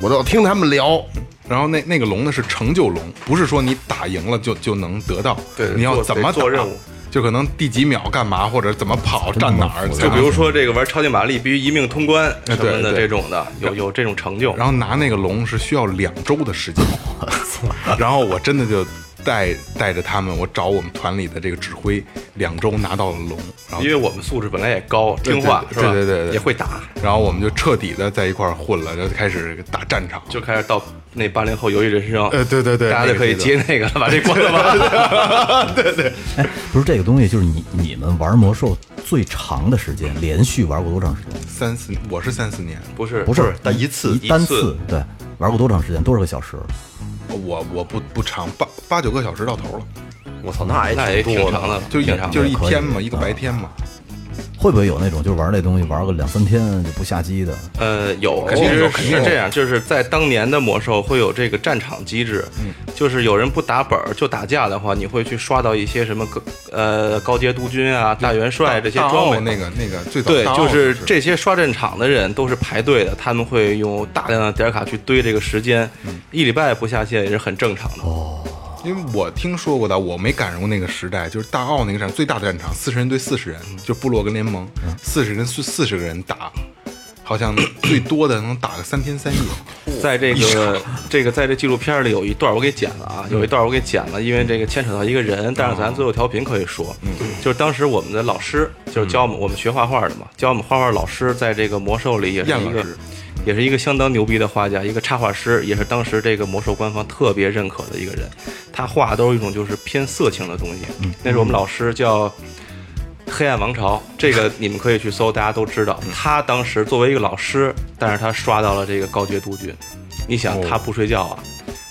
Speaker 4: 我都听他们聊。
Speaker 2: 然后那那个龙呢是成就龙，不是说你打赢了就就能得到，
Speaker 3: 对
Speaker 2: 你要
Speaker 3: 做
Speaker 2: 怎么
Speaker 3: 得做
Speaker 2: 打
Speaker 3: 任务，
Speaker 2: 就可能第几秒干嘛或者怎么跑站哪儿，
Speaker 3: 就比如说这个玩超级玛丽必须一命通关
Speaker 2: 哎
Speaker 3: 什
Speaker 2: 对
Speaker 3: 么的
Speaker 2: 对
Speaker 3: 这种的，有有这种成就。
Speaker 2: 然后拿那个龙是需要两周的时间，然后我真的就带带着他们，我找我们团里的这个指挥，两周拿到了龙，然后
Speaker 3: 因为我们素质本来也高，听话是
Speaker 2: 对
Speaker 3: 吧？
Speaker 2: 对对对，
Speaker 3: 也会打，，
Speaker 2: 然后我们就彻底的在一块儿混了，就开始打战场，
Speaker 3: 就开始到那八零后游戏人生，
Speaker 2: 呃对对对
Speaker 3: 大家就可以
Speaker 2: 那个
Speaker 3: 接那个了，把这关了 吧。
Speaker 1: 哎， 不是这个东西，就是你你们玩魔兽最长的时间，连续玩过多长时间？
Speaker 2: 三四，我是三四年，
Speaker 3: 不是
Speaker 1: 不是，
Speaker 7: 但一次
Speaker 1: 一单
Speaker 3: 一次
Speaker 1: 次对，玩过多长时间？多少个小时？
Speaker 2: 我我不不长，八八九个小时到头了，
Speaker 7: 我操，那
Speaker 3: 那也
Speaker 7: 也
Speaker 3: 挺
Speaker 7: 多
Speaker 3: 长的，
Speaker 2: 就一
Speaker 3: 挺长的
Speaker 2: 就是一
Speaker 1: 可以
Speaker 2: 天嘛，
Speaker 1: 嗯
Speaker 2: 一个白天嘛，
Speaker 1: 会不会有那种就玩那东西玩个两三天就不下机的？
Speaker 3: 呃，有，
Speaker 2: 肯
Speaker 3: 其
Speaker 2: 定有
Speaker 3: 实
Speaker 2: 肯定有
Speaker 3: 是这样，就是在当年的魔兽会有这个战场机制，
Speaker 2: 嗯
Speaker 3: 就是有人不打本儿就打架的话，你会去刷到一些什么高呃高阶督军啊、大元帅这些
Speaker 2: 大
Speaker 3: 装
Speaker 2: 奥
Speaker 3: 备。
Speaker 2: 那个那个最早
Speaker 3: 对
Speaker 2: 大，奥
Speaker 3: 就是这些刷战场的人都是排队的，他们会用大量的点卡去堆这个时间，
Speaker 2: 嗯
Speaker 3: 一礼拜不下线也是很正常的。
Speaker 2: 因为我听说过的，我没赶上过那个时代，就是大奥那个战最大的战场，四十人对四十人，
Speaker 1: 嗯
Speaker 2: 就部落跟联盟，四十人四四十个人打，好像最多的能打个三天三夜。
Speaker 3: 在这个这个在这纪录片里有一段我给剪了啊，
Speaker 2: 嗯
Speaker 3: 有一段我给剪了，因为这个牵扯到一个人，但是咱最后调频可以说，
Speaker 2: 嗯
Speaker 3: 就是当时我们的老师就是教我们我们学画画的嘛，教我们画画老师在这个魔兽里也是一
Speaker 2: 燕老
Speaker 3: 个
Speaker 2: 师。
Speaker 3: 也是一个相当牛逼的画家，一个插画师，也是当时这个魔兽官方特别认可的一个人。他画的都是一种就是偏色情的东西。
Speaker 2: 嗯
Speaker 3: 那是我们老师叫黑暗王朝，这个你们可以去搜，大家都知道。
Speaker 2: 嗯
Speaker 3: 他当时作为一个老师，但是他刷到了这个高阶督军。你想，他不睡觉啊，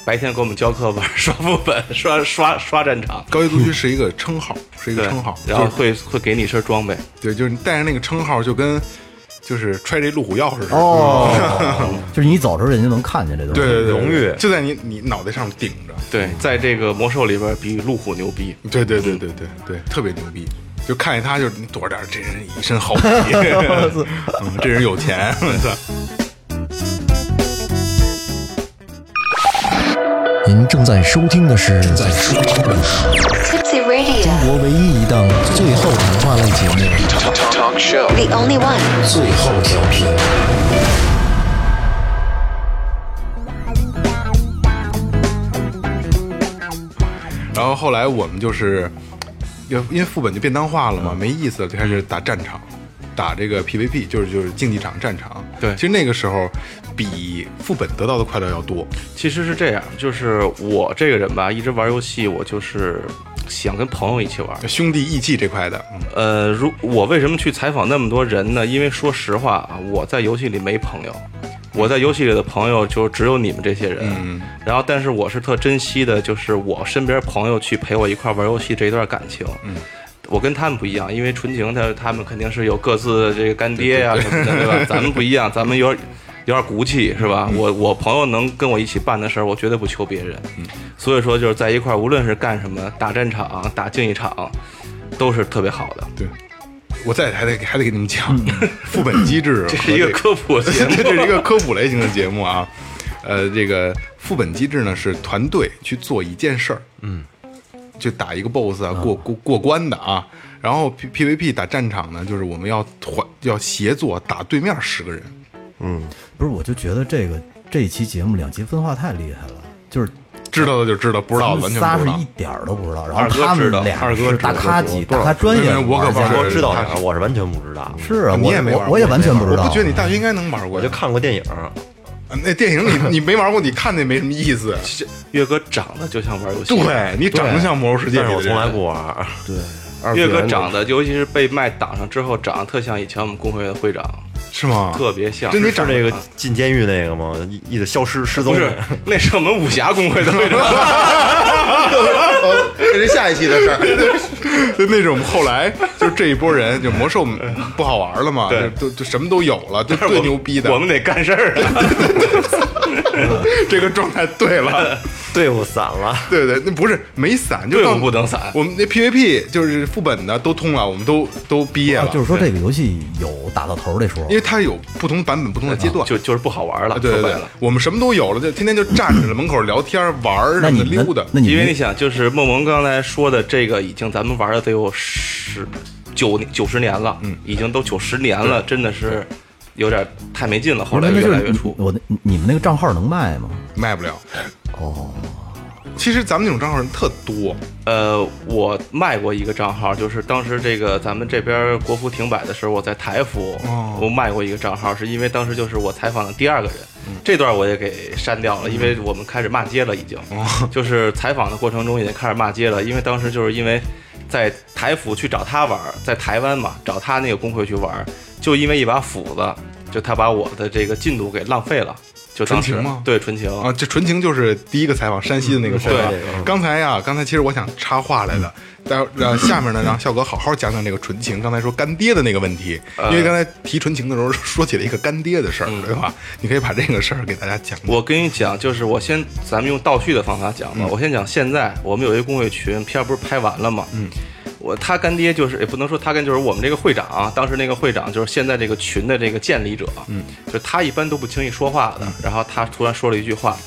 Speaker 3: 白天给我们教课玩 刷副本，刷刷刷战场，
Speaker 2: 高阶督军是一个称号，是一个
Speaker 3: 对
Speaker 2: 称号，，
Speaker 3: 然后会会给你一身装备。
Speaker 2: 对，就是你带着那个称号就跟就是揣着一路虎钥匙似的。
Speaker 1: 哦， 就是你走的时候人家能看见这东西。
Speaker 2: 对对对，
Speaker 7: 荣誉
Speaker 2: 就在你你脑袋上顶着。
Speaker 3: 对，嗯在这个魔兽里边比路虎牛逼。
Speaker 2: 对对对对对对，特别牛逼。就看见他，就是你躲着点儿，这人一身好皮，嗯这人有钱，我操！
Speaker 6: 您正在收听的是正在收听的是
Speaker 9: Tipsy Radio,
Speaker 6: 中国唯一一档最后谈话类节目
Speaker 8: talk show.
Speaker 9: the only one.
Speaker 6: 《最后调频》。
Speaker 2: 然后后来我们就是，因因为副本就便当化
Speaker 7: 嗯
Speaker 2: 了嘛，没意思了，就开始打战场，打这个 PVP，就是就是竞技场战场。
Speaker 3: 对
Speaker 2: 其实那个时候比副本得到的快乐要多。
Speaker 3: 其实是这样，就是我这个人吧，一直玩游戏，我就是想跟朋友一起玩。
Speaker 2: 兄弟义气这块的，嗯
Speaker 3: 呃，如我为什么去采访那么多人呢？因为说实话啊，我在游戏里没朋友，我在游戏里的朋友就只有你们这些人。然后，但是我是特珍惜的，就是我身边朋友去陪我一块玩游戏这一段感情。嗯。我跟他们不一样，因为纯情他他们肯定是有各自的这个干爹啊呀、什么的，对吧？咱们不一样，咱们有点有点骨气，是吧？我我朋友能跟我一起办的事儿，我绝对不求别人。所以说就是在一块儿，无论是干什么，打战场、打竞技场，都是特别好的。
Speaker 2: 对。我再还得还得给你们讲
Speaker 1: 嗯
Speaker 2: 副本机制和这
Speaker 3: 这是一个科普节 目
Speaker 2: 这是一个科普类型的节目啊。呃，这个副本机制呢是团队去做一件事儿，嗯，就打一个 BOSS
Speaker 1: 嗯
Speaker 2: 啊，过过过关的啊。然后 P PVP 打战场呢，就是我们要团要协作打对面十个人，
Speaker 1: 不是，我就觉得这个这一期节目两极分化太厉害了，就是
Speaker 2: 知道的就知道，不知道的完全
Speaker 1: 仨
Speaker 2: 不
Speaker 1: 是
Speaker 2: 知
Speaker 1: 一
Speaker 2: 道。
Speaker 1: 点儿都不知道，然
Speaker 3: 二
Speaker 1: 后
Speaker 3: 哥
Speaker 1: 他们
Speaker 3: 知道
Speaker 1: 俩
Speaker 3: 二哥
Speaker 1: 是
Speaker 3: 知
Speaker 1: 大
Speaker 3: 道
Speaker 1: 咖级、大咖专
Speaker 2: 因
Speaker 1: 业
Speaker 2: 为
Speaker 1: 玩家，
Speaker 2: 我可玩
Speaker 7: 我
Speaker 2: 过
Speaker 7: 知道
Speaker 2: 他
Speaker 7: 点儿，啊我是完全不知道。
Speaker 1: 是啊，
Speaker 2: 你
Speaker 1: 我
Speaker 2: 也没玩
Speaker 1: 我
Speaker 2: 过，
Speaker 1: 我也完全不知道。
Speaker 2: 我不觉得你大学应该能玩过，
Speaker 7: 我就看过电影，
Speaker 2: 那电影你你没玩过，你看那没什么意思。
Speaker 3: 岳哥长得就像玩游戏，，
Speaker 2: 对你长得像《魔兽世界
Speaker 7: 但》，是
Speaker 2: 里
Speaker 7: 我
Speaker 2: 的
Speaker 7: 从来
Speaker 2: 人。
Speaker 7: 不玩。
Speaker 4: 二次
Speaker 3: 岳哥
Speaker 4: 元
Speaker 3: 长得，尤其是被麦挡上之后，长得特像以前我们工会的会长，
Speaker 2: 是吗？
Speaker 3: 特别像。
Speaker 2: 真你
Speaker 7: 是
Speaker 2: 长得
Speaker 7: 那个进监狱那个吗？一一直消失失踪
Speaker 3: 不 是，那是我们武侠工会的会长。
Speaker 4: 哦这是下一期的事儿。
Speaker 2: 就那种后来就这一波人，就魔兽不好玩了嘛，
Speaker 3: 对
Speaker 2: 就就什么都有了，就最牛逼的，
Speaker 3: 我们得干事儿啊！
Speaker 2: 这个状态对了，
Speaker 7: 队伍散了。
Speaker 2: 对对，那不是没散，就
Speaker 3: 队伍
Speaker 2: 到
Speaker 3: 不能散
Speaker 2: 我们那 PVP 就是副本的都通了，我们都都毕业
Speaker 1: 啊
Speaker 2: 了，
Speaker 1: 就是说这个游戏有打到头儿这说
Speaker 2: 因，为它有不同版本、不同的阶段。
Speaker 3: 就就是不好玩了，
Speaker 2: 啊对对
Speaker 3: 说
Speaker 2: 对
Speaker 3: 白了。，
Speaker 2: 我们什么都有了，就天天就站着门口聊天、玩儿
Speaker 1: 那
Speaker 2: 什
Speaker 1: 你
Speaker 2: 么的
Speaker 1: 那
Speaker 2: 溜达。
Speaker 1: 那你
Speaker 3: 因为你想，就是梦萌刚才说的这个，已经咱们玩了得有十九九十年了，嗯，已经都九十年了，真的是有点太没劲了。后
Speaker 1: 不
Speaker 3: 来
Speaker 1: 是那
Speaker 3: 越
Speaker 1: 就
Speaker 3: 来
Speaker 1: 是
Speaker 3: 越
Speaker 1: 你
Speaker 3: 出，
Speaker 1: 我的你们那个账号能卖吗？
Speaker 2: 卖不了。哦，其实咱们那种账号人特多，
Speaker 3: 呃，我卖过一个账号，就是当时这个咱们这边国服停摆的时候，我在台服，
Speaker 2: 哦
Speaker 3: 我卖过一个账号，是因为当时就是我采访的第二个人，
Speaker 2: 嗯
Speaker 3: 这段我也给删掉了，因为我们开始骂街了，已经，
Speaker 2: 嗯
Speaker 3: 就是采访的过程中已经开始骂街了，因为当时就是因为在台服去找他玩儿，在台湾嘛，找他那个工会去玩儿，就因为一把斧子，就他把我的这个进度给浪费了。就当时
Speaker 2: 纯情吗
Speaker 3: 对，纯情
Speaker 2: 啊，这纯情就是第一个采访山西的那个事儿啊
Speaker 3: 嗯对。嗯
Speaker 2: 刚才呀，刚才其实我想插话来的，但呃下面呢，让笑哥好好讲讲这个纯情。刚才说干爹的那个问题，
Speaker 3: 嗯
Speaker 2: 因为刚才提纯情的时候 说起了一个干爹的事儿，对吧？你可以把这个事儿给大家讲。
Speaker 3: 我跟你讲，就是我先，咱们用倒叙的方法讲吧。我先讲现在，我们有一个工会群，片儿不是拍完了吗？嗯，我他干爹就是，也不能说他干，就是我们这个会长啊，当时那个会长就是现在这个群的这个建立者，嗯，就他一般都不轻易说话的。然后他突然说了一句话，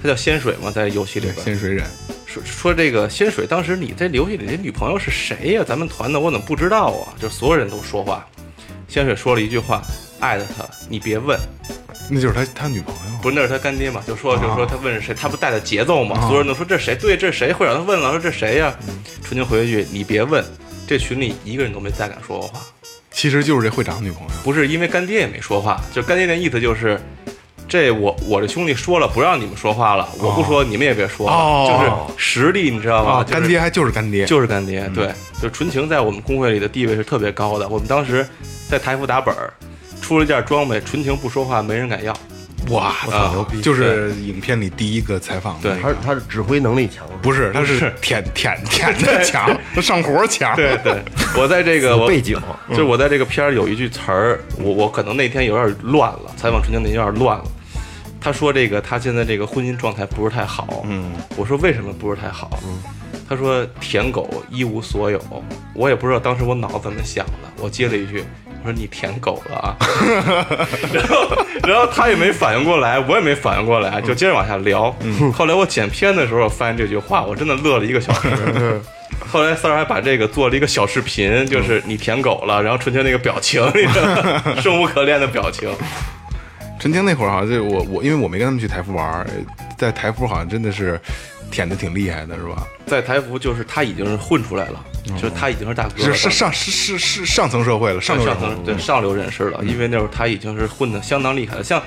Speaker 3: 他叫仙水嘛，在游戏里
Speaker 2: 对
Speaker 3: 边，
Speaker 2: 仙水忍，
Speaker 3: 说说这个仙水，当时你在游戏里这女朋友是谁呀、咱们团的我怎么不知道啊？就所有人都说话，仙水说了一句话，艾特他，你别问，
Speaker 2: 那就是他他女朋友。
Speaker 3: 不是那是他干爹嘛？就
Speaker 2: 啊
Speaker 3: 说就说他问是谁，他不带的节奏嘛？所有人都说这是谁？对，这是谁？会长他问了，啊说这是谁呀、
Speaker 2: 嗯
Speaker 3: 纯情回一句，你别问，这群里一个人都没再敢说过话，
Speaker 2: 其实就是这会长的女朋友。
Speaker 3: 不是因为干爹也没说话，就干爹那意思就是。这我我这兄弟说了，不让你们说话了，我不说，你们也别说了，
Speaker 2: 哦
Speaker 3: 就是实力，你知道吗？
Speaker 2: 啊，
Speaker 3: 就是
Speaker 2: 干爹嗯还就是干爹，
Speaker 3: 就是干爹，对，就纯情在我们工会里的地位是特别高的。我们当时在台服打本儿，出了件装备，纯情不说话，没人敢要。
Speaker 2: 哇，
Speaker 3: 啊
Speaker 2: 操就是影片里第一个采访的那
Speaker 3: 对
Speaker 4: 他
Speaker 2: 个。
Speaker 4: 是他是指挥能力强，
Speaker 2: 不是，他是舔舔舔的强，他上活儿强。
Speaker 3: 对对，我在这个我
Speaker 7: 背景啊
Speaker 3: 就是我在这个片儿有一句词儿，我我可能那天有点乱了，采访纯情那天有点乱了。他说这个他现在这个婚姻状态不是太好，嗯，我说为什么不是太好？
Speaker 7: 嗯
Speaker 3: 他说舔狗一无所有，我也不知道当时我脑子怎么想的，我接了一句。我说你舔狗了 啊，然后然后他也没反应过来，我也没反应过来，就接着往下聊。
Speaker 7: 嗯
Speaker 3: 后来我剪片的时候发现这句话，我真的乐了一个 小时。后来三儿还把这个做了一个小视频，就是你舔狗了，然后纯情那个表情，你知道吗生无可恋的表情。
Speaker 2: 陈青那会儿好像就我我，因为我没跟他们去台服玩儿，在台服好像真的是舔的挺厉害的，是吧？
Speaker 3: 在台服就是他已经是混出来了，就是他已经是大哥
Speaker 2: 嗯是
Speaker 3: 了，
Speaker 2: 上上是是是上层社会了，上
Speaker 3: 上
Speaker 2: 流嗯社
Speaker 3: 上
Speaker 2: 会
Speaker 3: 层对上流人士了，因为那会儿他已经是混的相当厉害了，像。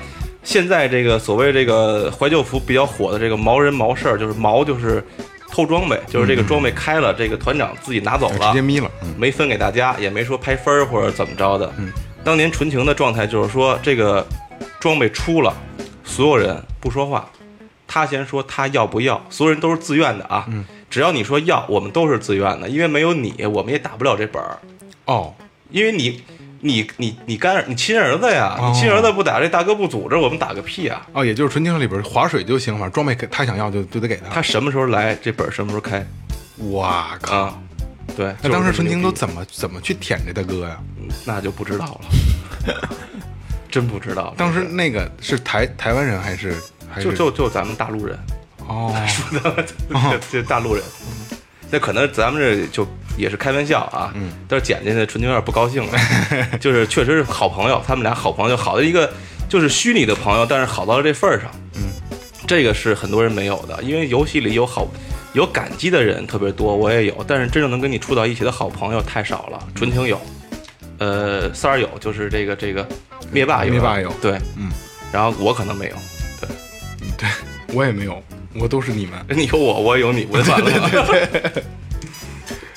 Speaker 3: 现在这个所谓这个怀旧服比较火的这个毛人毛事儿，就是毛就是偷装备，就是这个装备开了，这个团长自己拿走了，
Speaker 2: 嗯直接眯了。嗯
Speaker 3: 没分给大家，也没说拍分儿或者怎么着的。嗯，当年纯情的状态就是说，这个装备出了，所有人不说话，他先说他要不要，所有人都是自愿的啊。嗯，只要你说要，我们都是自愿的，因为没有你，我们也打不了这本儿，
Speaker 2: 哦，
Speaker 3: 因为你。你你你干你亲儿子呀？
Speaker 2: 哦
Speaker 3: 你亲儿子不打，这大哥不组织，我们打个屁啊！
Speaker 2: 哦，也就是纯情里边划水就行，反正装备给他想要就就得给他
Speaker 3: 他。什么时候来，这本儿什么时候开
Speaker 2: 哇靠！
Speaker 3: 啊？对，
Speaker 2: 那当时纯情都
Speaker 3: 怎？
Speaker 2: 怎么怎么去舔这大哥呀？
Speaker 3: 那就不知道了， 真不知道。
Speaker 2: 当时
Speaker 3: 这个
Speaker 2: 那个是台台湾人还是还是
Speaker 3: 就就就咱们大陆人，
Speaker 2: 哦
Speaker 3: 这 这大陆人，那可能咱们这就也是开玩笑啊。嗯，但是简进去纯情有点不高兴 了，就是确实是好朋友，他们俩好朋友，好的一个就是虚拟的朋友，但是好到了这份儿上。嗯，这个是很多人没有的，因为游戏里有好有感激的人特别多，我也有，但是真正能跟你处到一起的好朋友太少了。纯情有，呃，三儿有，就是这个这个灭霸有，
Speaker 2: 灭霸有
Speaker 3: 对，
Speaker 2: 嗯，
Speaker 3: 然后我可能没有。
Speaker 2: 我也没有，我都是你们。
Speaker 3: 你有我，我有你，我就完了。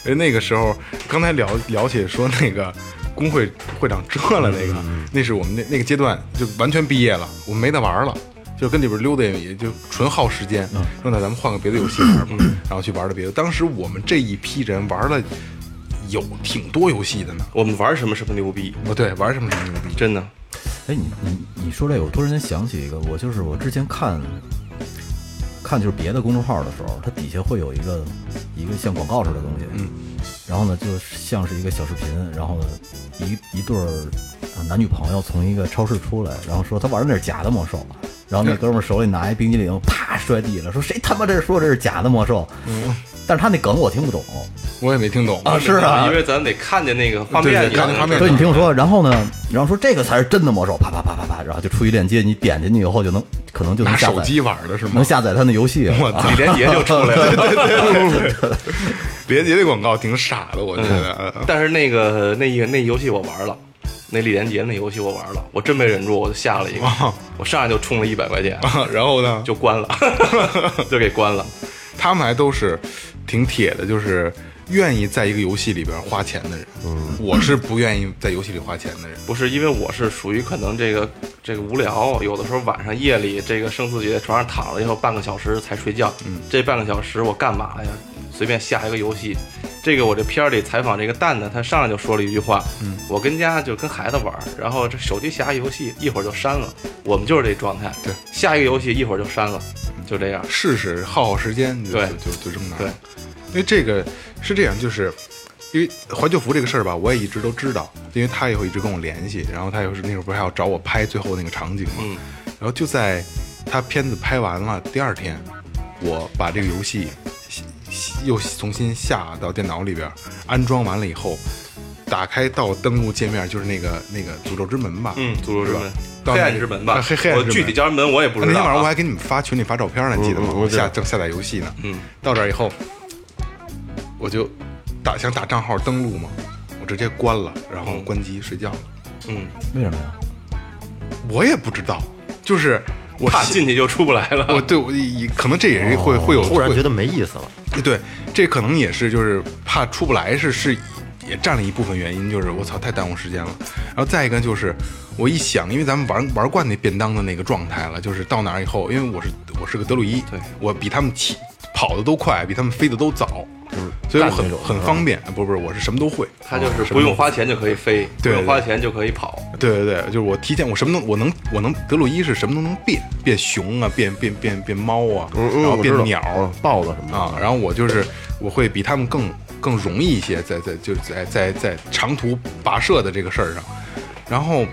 Speaker 2: 哎，那个时候刚才聊聊起说那个工会会长折了
Speaker 1: 嗯
Speaker 2: 那个，那是我们那那个阶段就完全毕业了，我们没得玩了。就跟里边溜达也也就纯耗时间，
Speaker 1: 嗯
Speaker 2: 说那咱们换个别的游戏玩吧，然后去玩的别的。当时我们这一批人玩了有挺多游戏的呢，
Speaker 3: 我们玩什么什么牛逼，
Speaker 2: 哦对，玩什么什么牛逼，
Speaker 3: 真的。
Speaker 1: 哎，你你你说这个，我突然间想起一个，我就是我之前看，看就是别的公众号的时候，它底下会有一个一个像广告似的东西，嗯，然后呢，就像是一个小视频，然后呢，一一对儿啊男女朋友从一个超市出来，然后说他玩的那是假的魔兽，然后那哥们儿手里拿一冰激凌，啪摔地了，说谁他妈这说这是假的魔兽，嗯，但是他那梗我听不懂
Speaker 2: 我也没听懂。
Speaker 1: 啊，是啊，
Speaker 3: 因为咱得看见那个画面，
Speaker 2: 对对看见画面
Speaker 1: 所以你听我说，然后呢，然后说这个才是真的魔兽，啪啪啪啪啪，然后就出一链接，你点进去以后就能，可能就能
Speaker 2: 拿
Speaker 1: 下
Speaker 2: 手
Speaker 1: 载，
Speaker 2: 机玩的是吗？
Speaker 1: 能下啊载他那游戏了。
Speaker 2: 我李连杰就出来了，对对对，李连杰的广告挺傻的，我觉得。
Speaker 1: 嗯
Speaker 3: 但是那个那一个那游戏我玩了，那李连杰那游戏我玩了，我真没忍住，我就下了一个，
Speaker 2: 哦
Speaker 3: 我上来就充了一百块钱，
Speaker 2: 然后呢，
Speaker 3: 就关了，就给关了。
Speaker 2: 他们还都是挺铁的，就是愿意在一个游戏里边花钱的人，我是不愿意在游戏里花钱的人。
Speaker 3: 不是因为我是属于可能这个这个无聊，有的时候晚上夜里这个生自己在床上躺了以后半个小时才睡觉，
Speaker 2: 嗯
Speaker 3: 这半个小时我干嘛呀？随便下一个游戏。这个我这片儿里采访这个蛋蛋，他上来就说了一句话，
Speaker 2: 嗯
Speaker 3: 我跟家就跟孩子玩儿，然后这手机下一游戏一会儿就删了，我们就是这状态。
Speaker 2: 对，
Speaker 3: 下一个游戏一会儿就删了，就这样。
Speaker 2: 啊试试耗耗时间，就
Speaker 3: 对
Speaker 2: 就就这么拿。
Speaker 3: 对，
Speaker 2: 因为这个是这样，就是因为怀旧服这个事儿吧，我也一直都知道，因为他也会一直跟我联系，然后他也是那会儿不是还要找我拍最后那个场景嘛，
Speaker 3: 嗯
Speaker 2: 然后就在他片子拍完了第二天，我把这个游戏又重新下到电脑里边儿安装完了以后。打开到登录界面就是那个那个诅咒之门吧，
Speaker 3: 嗯，诅咒之
Speaker 2: 是吧
Speaker 3: 门，
Speaker 2: 到
Speaker 3: 黑
Speaker 2: 那
Speaker 3: 暗
Speaker 2: 个
Speaker 3: 之门吧，
Speaker 2: 黑黑暗之
Speaker 3: 我
Speaker 2: 门
Speaker 3: 具体叫什么门我也不
Speaker 2: 那
Speaker 3: 知道啊。
Speaker 2: 天晚上我还给你们发群里发照片呢，你记得吗？嗯我嗯下正下载游戏呢，到这儿以后，我就打想打账号登录嘛，我直接关了，然后关机睡觉了。
Speaker 3: 嗯，
Speaker 1: 为什么呀？
Speaker 2: 嗯我也不知道，就是我
Speaker 3: 怕
Speaker 2: 信
Speaker 3: 进去就出不来了。
Speaker 2: 我对我也可能这也是会、会有
Speaker 7: 突然
Speaker 2: 会
Speaker 7: 觉得没意思了，
Speaker 2: 对，这可能也是就是怕出不来是是也占了一部分原因，就是我操太耽误时间了。然后再一个就是我一想，因为咱们玩玩惯那便当的那个状态了，就是到哪儿以后，因为我是我是个德鲁伊，对我比他们起跑的都快，比他们飞的都早，所以我很很方便。不不是，我是什么都会，
Speaker 3: 他就是不用花钱就可以飞，不
Speaker 2: 对
Speaker 3: 用花钱就可以跑。
Speaker 2: 对对对，就是我提前，我什么都我能，我能德鲁伊是什么都能变，变熊啊，变变变变猫啊，
Speaker 3: 嗯
Speaker 2: 然后变鸟啊、
Speaker 7: 豹子什么的，
Speaker 2: 啊，然后我就是我会比他们更更容易一些，在在就是在在在长途跋涉的这个事儿上，然后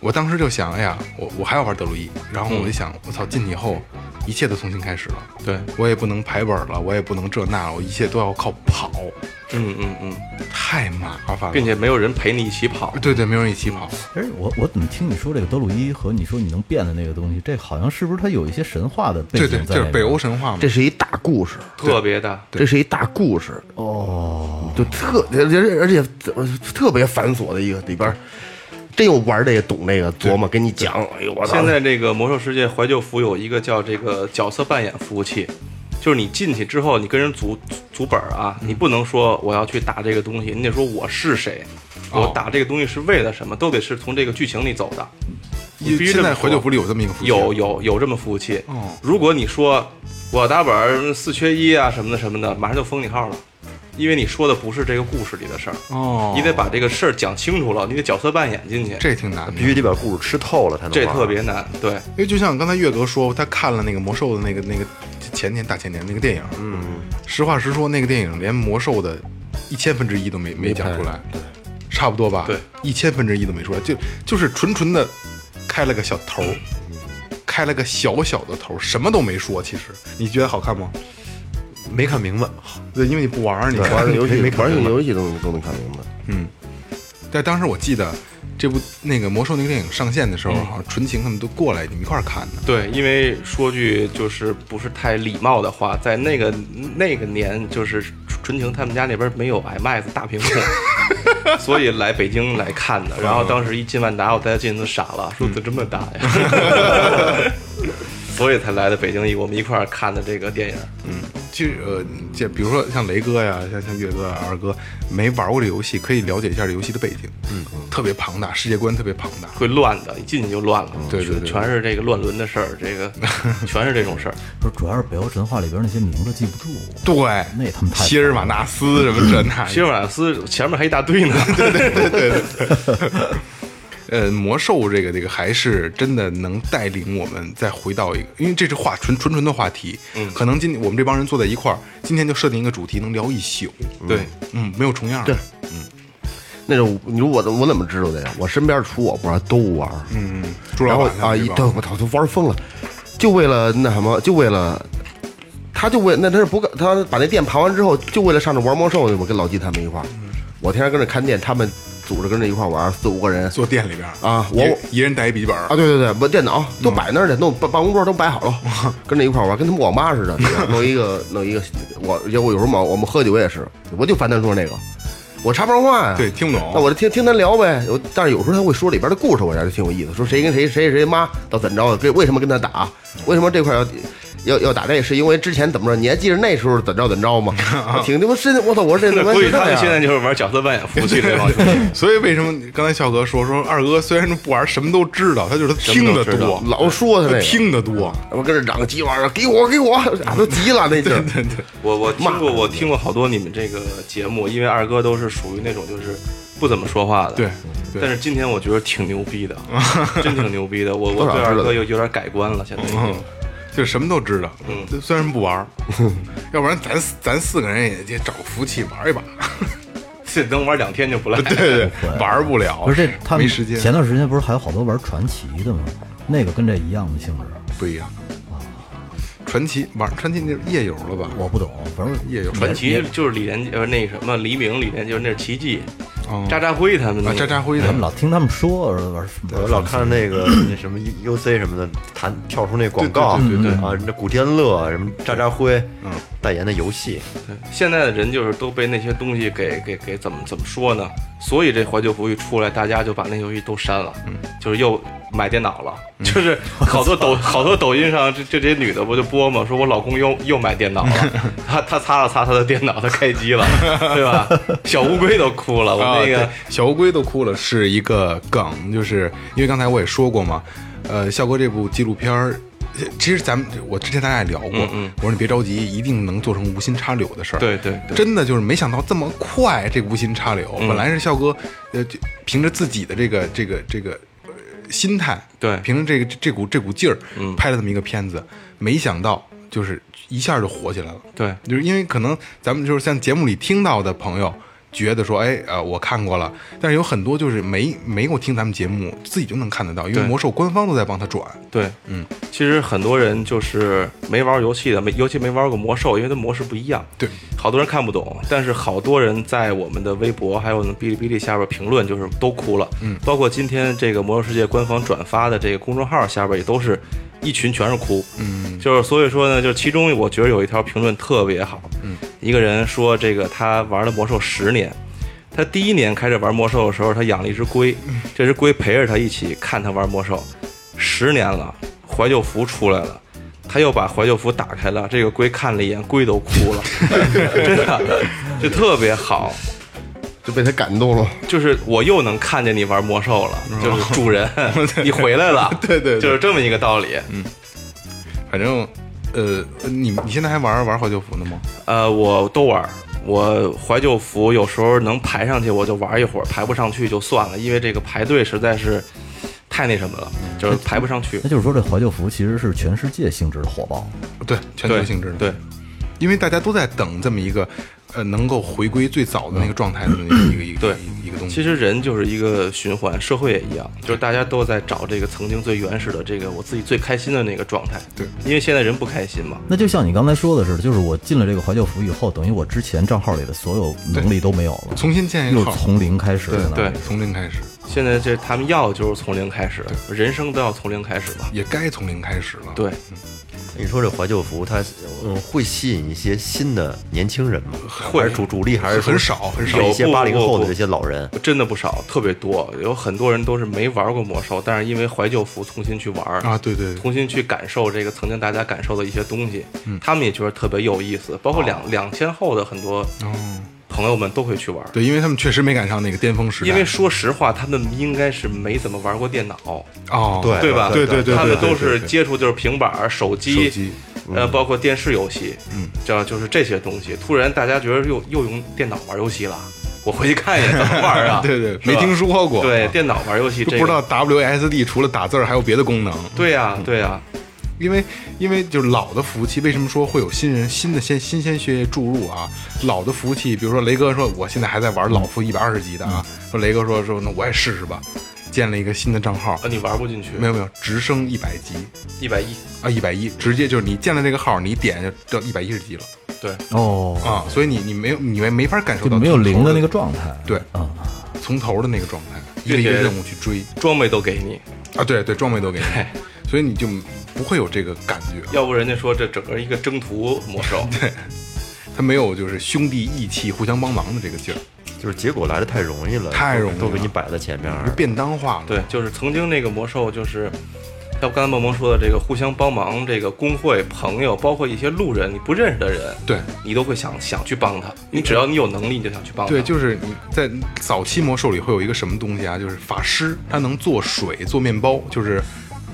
Speaker 2: 我当时就想，哎呀，我我还要玩德鲁伊，然后我就想，我操，进去以后一切都重新开始了，
Speaker 3: 对，
Speaker 2: 我也不能排本了，我也不能这那了，我一切都要靠跑，
Speaker 3: 嗯嗯嗯，
Speaker 2: 太麻烦了，
Speaker 3: 并且没有人陪你一起跑。
Speaker 2: 对对，没有人一起跑，
Speaker 1: 哎，我我怎么听你说这个德鲁伊和你说你能变的那个东西，这好像是不是它有一些神话的背
Speaker 2: 对
Speaker 1: 景
Speaker 2: 对，
Speaker 1: 在
Speaker 2: 就是
Speaker 1: 里面
Speaker 2: 北欧神话嘛，
Speaker 4: 这是一大故事，
Speaker 3: 特别大，
Speaker 4: 这是一大故事哦，就特而且而且特别繁琐的一个里边儿，真有玩这个懂这个琢磨，给你讲，哎呦我操！
Speaker 3: 现在这个魔兽世界怀旧服有一个叫这个角色扮演服务器，就是你进去之后，你跟人组组本儿啊，你不能说我要去打这个东西，你得说我是谁，我打这个东西是为了什么，都得是从这个剧情里走的。你必须
Speaker 2: 现
Speaker 3: 这么
Speaker 2: 在怀旧
Speaker 3: 说
Speaker 2: 服里有这么一个服务器
Speaker 3: 有有有这么服务器。
Speaker 2: 哦
Speaker 3: 如果你说我打本儿四缺一啊什么的什么的，马上就封你号了，因为你说的不是这个故事里的事儿。
Speaker 2: 哦，
Speaker 3: 你得把这个事儿讲清楚了，你得角色扮演进去，
Speaker 2: 这挺难的
Speaker 7: 必，须得把故事吃透了才能
Speaker 3: 这
Speaker 7: 玩
Speaker 3: 特别难。对，
Speaker 2: 因为就像刚才岳哥说，他看了那个魔兽的那个那个前年大前年那个电影，嗯，实话实说，那个电影连魔兽的一千分之一都没没讲出来，对，差不多吧，
Speaker 3: 对，
Speaker 2: 一千分之一都没出来，就就是纯纯的开了个小头儿，开了个小小的头儿，什么都没说。其实你觉得好看吗？
Speaker 7: 没看明白，
Speaker 2: 对，因为你不玩儿，你
Speaker 4: 玩
Speaker 2: 看
Speaker 4: 这游戏
Speaker 2: 没没看
Speaker 4: 玩这
Speaker 2: 明白
Speaker 4: 游戏都能都能看明白。
Speaker 2: 但当时我记得这部那个魔兽那个电影上线的时候，好像纯情他们都过来，你们一块儿看的。
Speaker 3: 对，因为说句就是不是太礼貌的话，在那个那个年，就是纯情他们家那边没有 IMAX 大屏 幕，所以来北京来看的。然后
Speaker 2: 嗯
Speaker 3: 当时一进万达，我在进都傻了，说怎么这么大呀？ 所以才来的北京一，我们一块儿看的这个电影。
Speaker 2: 其实呃，这比如说像雷哥呀，像像岳哥、啊、二哥，没玩过这游戏，可以了解一下这游戏的背景，嗯，特别庞大，世界观特别庞大。
Speaker 3: 会乱的，一进去就乱了，
Speaker 2: 对对对
Speaker 3: 全是这个乱伦的事儿，这个全是这种事儿。
Speaker 1: 不是，主要是北欧神话里边那些名字记不住。
Speaker 2: 对，
Speaker 1: 那他们太
Speaker 2: 希尔瓦纳斯什么这 那，
Speaker 3: 希尔瓦斯前面还一 大堆呢，
Speaker 2: 呃，魔兽这个这个还是真的能带领我们再回到一个，因为这是话纯纯纯的话题，嗯，可能今天我们这帮人坐在一块儿，今天就设定一个主题，能聊一宿，
Speaker 3: 对，
Speaker 2: 嗯，没有重样的，
Speaker 4: 对那种你说我怎我怎么知道的呀？我身边除我不知道都玩，
Speaker 2: 嗯，朱
Speaker 4: 然
Speaker 2: 老
Speaker 4: 后
Speaker 2: 板
Speaker 4: 啊，一
Speaker 2: 对
Speaker 4: 对我操，都玩疯了，就为了那什么，就为了。他就为那他是不干他把那店盘完之后，就为了上这玩魔兽去嘛，跟老季他们一块儿，
Speaker 2: 嗯
Speaker 4: 我天天跟着看店，他们组织跟着一块儿玩，四五个人
Speaker 2: 坐店里边
Speaker 4: 啊
Speaker 2: 一人
Speaker 4: 我
Speaker 2: 一人带一笔记本儿
Speaker 4: 啊，对对对，我电脑都摆那儿去，弄办办公桌都摆好了，跟着一块儿玩，跟他们网吧似的，弄一个弄一个，我要我有时候嘛，我们喝酒我也是，我就烦他说那个，我插不上话呀，
Speaker 2: 对，听不
Speaker 4: 那
Speaker 2: 懂，
Speaker 4: 我就听听他聊呗。有，但是有时候他会说里边的故事，我觉得挺有意思。说谁跟谁谁谁妈到怎么着，跟为什么跟他打，为什么这块要要要打这，是因为之前怎么着？你还记着那时候怎么着怎么着吗？我挺他妈深，我操！我说这他妈
Speaker 3: 估计
Speaker 4: 是
Speaker 3: 他
Speaker 4: 这
Speaker 3: 们
Speaker 4: 样
Speaker 3: 现在就是玩角色扮演服务器这帮兄弟。
Speaker 2: 所以为什么刚才笑哥说说二哥虽然不玩什么都知道，他就是他听得多，
Speaker 4: 老说他
Speaker 2: 他
Speaker 4: 这个，
Speaker 2: 听得多。
Speaker 4: 我跟这嚷个鸡巴玩意儿，给我给我，啊都急了那劲儿。对对
Speaker 3: 我我听过，我听过好多你们这个节目，因为二哥都是属于那种就是不怎么说话的。
Speaker 2: 对
Speaker 1: 嗯
Speaker 2: 对
Speaker 3: 但是今天我觉得挺牛 逼的，真挺牛逼的。我我
Speaker 4: 多少
Speaker 3: 对
Speaker 4: 知道
Speaker 3: 二
Speaker 4: 的
Speaker 3: 哥有有点改观了，现在已 经。
Speaker 2: 嗯，就是什么都知道，嗯，虽然不 玩儿，要不然咱咱四个人也得找个服务器玩一把。
Speaker 3: 这能玩两天 就不赖。
Speaker 2: 对 对，玩不了，
Speaker 1: 不是这他们
Speaker 2: 哦没时间，
Speaker 1: 前段时间不是还有好多玩传奇的吗？那个跟这一样的性质，
Speaker 2: 不一样。传奇玩传奇那是夜游了吧？
Speaker 1: 我不懂，反正
Speaker 2: 夜游
Speaker 3: 传奇就是李连杰，呃，那什么黎明，李连杰就是那是奇迹，
Speaker 2: 哦
Speaker 3: 渣渣辉他们
Speaker 2: 啊，
Speaker 3: 那
Speaker 2: 渣
Speaker 3: 个
Speaker 2: 渣辉
Speaker 1: 咱
Speaker 2: 他
Speaker 1: 们
Speaker 2: 们
Speaker 1: 老听他们说玩玩
Speaker 7: 我老看那个那什么 U C 什么的，弹跳出那广告，
Speaker 2: 对对对对
Speaker 7: 啊，那古天乐什么渣渣辉，嗯，代言的游戏，
Speaker 3: 现在的人就是都被那些东西给给给怎么怎么说呢？所以这怀旧服一出来，大家就把那游戏都删了，就是又买电脑了，就是好多抖好多抖音上这这这些女的不就播嘛，说我老公又又买电脑了，他他擦了擦他的电脑，他开机了，对吧？小乌龟都哭了，我
Speaker 2: 啊，
Speaker 3: 那
Speaker 2: 对
Speaker 3: 个
Speaker 2: 小乌龟都哭了，是一个梗，就是因为刚才我也说过嘛，呃，笑哥这部纪录片儿。其实咱们我之前咱俩也聊过，我说你别着急，一定能做成无心插柳的事儿。
Speaker 3: 嗯对对对嗯
Speaker 2: 真的就是没想到这么快，这无心插柳。本来是笑哥，呃，就凭着自己的这个这个这个呃心态，
Speaker 3: 对嗯
Speaker 2: 凭着这个这股这股劲儿，拍了这么一个片子，没想到就是一下就火起来了。
Speaker 3: 对
Speaker 2: 就是因为可能咱们就是像节目里听到的朋友觉得说，哎，呃，我看过了，但是有很多就是没没有听咱们节目，自己就能看得到，因为
Speaker 3: 对
Speaker 2: 魔兽官方都在帮他转。
Speaker 3: 对，嗯，其实很多人就是没玩游戏的，没尤其没玩过魔兽，因为它模式不一样。
Speaker 2: 对，
Speaker 3: 好多人看不懂，但是好多人在我们的微博还有哔哩哔哩下边评论，就是都哭了。嗯，包括今天这个《魔兽世界》官方转发的这个公众号下边也都是一群全是哭。嗯，就是所以说呢，就是其中我觉得有一条评论特别好。嗯，一个人说这个他玩了魔兽十年。他第一年开始玩魔兽的时候，他养了一只龟，
Speaker 2: 嗯
Speaker 3: 这只龟陪着他一起看他玩魔兽，十年了，怀旧服出来了。他又把怀旧服打开了，这个龟看了一眼，龟都哭 了，真的，就特别好，
Speaker 4: 就被他感动了。
Speaker 3: 就是我又能看见你玩魔兽了，就是 主人，你回来了，
Speaker 2: 哦对对对
Speaker 3: 就是这么一个道理。
Speaker 2: 反正，呃，你你现在还玩玩怀旧服呢吗？
Speaker 3: 呃，我都玩儿，我怀旧服有时候能排上去我就玩一会儿，排不上去就算了，因为这个排队实在是太那什么了，
Speaker 2: 嗯
Speaker 3: 就是排不上去。
Speaker 1: 那就是说这怀旧服其实是全世界性质的火爆，
Speaker 2: 对，全球
Speaker 3: 对
Speaker 2: 性质的。嗯
Speaker 3: 对，
Speaker 2: 因为大家都在等这么一个，呃，能够回归最早的那个状态的那个一个一个
Speaker 3: 对
Speaker 2: 一个一个东西。
Speaker 3: 其实人就是一个循环，社会也一样，就是大家都在找这个曾经最原始的这个我自己最开心的那个状态。
Speaker 2: 对，
Speaker 3: 因为现在人不开心嘛。
Speaker 1: 那就像你刚才说的似的，就是我进了这个怀旧服以后，等于我之前账号里的所有能力都没有了，
Speaker 2: 重新建一个
Speaker 1: 又
Speaker 2: 号，
Speaker 1: 从零开始在那
Speaker 3: 对
Speaker 1: 里，
Speaker 2: 从零开始，
Speaker 3: 现在这他们要的就是从零开始，人生都要从零开始嘛。
Speaker 2: 也该从零开始了。
Speaker 3: 对，
Speaker 7: 你说这怀旧服，它嗯会吸引一些新的年轻人吗？
Speaker 3: 会
Speaker 7: 还是主主力还是
Speaker 2: 很
Speaker 7: 说
Speaker 2: 少很
Speaker 3: 少
Speaker 7: 一些
Speaker 3: 不
Speaker 7: 八零
Speaker 3: 不
Speaker 7: 后的
Speaker 3: 不
Speaker 7: 这些老人，
Speaker 3: 真的不少，特别多，有很多人都是没玩过魔兽，但是因为怀旧服重新去玩儿
Speaker 2: 啊，对对对，
Speaker 3: 重新去感受这个曾经大家感受的一些东西，
Speaker 2: 嗯
Speaker 3: 他们也觉得特别有意思。包括两两千后的很多
Speaker 2: 哦，
Speaker 3: 朋友们都会去玩儿，
Speaker 2: 对，因为他们确实没赶上那个巅峰时代。
Speaker 3: 因为说实话，他们应该是没怎么玩过电脑，
Speaker 2: 哦，
Speaker 7: 对
Speaker 3: 对吧？
Speaker 2: 对对对，
Speaker 3: 他们
Speaker 2: 对
Speaker 3: 都
Speaker 2: 对对
Speaker 3: 是
Speaker 2: 对
Speaker 3: 接触就是平板儿、手
Speaker 2: 手
Speaker 3: 机，
Speaker 2: 机，？
Speaker 3: 呃，包括电视游戏，嗯，这样就是这些东西。突然大家觉得又又用电脑玩游戏了，我回去看一眼怎么玩啊
Speaker 2: 对对
Speaker 3: 是吧
Speaker 2: 没听说过啊
Speaker 3: 对，电脑玩游戏
Speaker 2: 就
Speaker 3: 这
Speaker 2: 不知道嗯
Speaker 3: 个，
Speaker 2: WSD 除了打字儿还有别的功能。
Speaker 3: 对呀，对啊呀，
Speaker 2: 因为因为就是老的服务器，为什么说会有新人新的鲜新鲜血液注入啊？老的服务器，比如说雷哥说我现在还在玩老服一百二十级的啊，说雷哥说说那我也试试吧，建了一个新的账号
Speaker 3: 啊，，你玩不进去，
Speaker 2: 没有没有，直升一百级
Speaker 3: 一百一，
Speaker 2: 啊，一百一，直接就是你建了这个号，你点就到一百一十级了
Speaker 3: 对，
Speaker 1: 哦，
Speaker 2: 啊，所以你你没有你没没法感受
Speaker 1: 就
Speaker 2: 到
Speaker 1: 没有
Speaker 2: 从头
Speaker 1: 零的那个状态。
Speaker 2: 对
Speaker 1: 啊，
Speaker 2: 从头的那个状态，一个
Speaker 3: 并
Speaker 2: 一
Speaker 3: 且
Speaker 2: 个任务去追
Speaker 3: 装备都给你，
Speaker 2: 啊，对对，装备都给
Speaker 3: 对
Speaker 2: 你，所以你就不会有这个感觉。
Speaker 3: 要不人家说这整个一个征途 魔兽，
Speaker 2: 他没有就是兄弟义气、互相帮忙的这个劲儿，
Speaker 7: 就是结果来的太容易了，
Speaker 2: 太容易了
Speaker 7: 都给你摆在前面儿，
Speaker 2: 就便当化了。
Speaker 3: 对，就是曾经那个魔兽就是。像刚才梦萌说的这个互相帮忙，这个工会、朋友，包括一些路人，你不认识的人，
Speaker 2: 对
Speaker 3: 你都会想想去帮他。你只要你有能力，你就想去帮他。
Speaker 2: 对，就是你在早期魔兽里会有一个什么东西啊？就是法师，他能做水、做面包，就是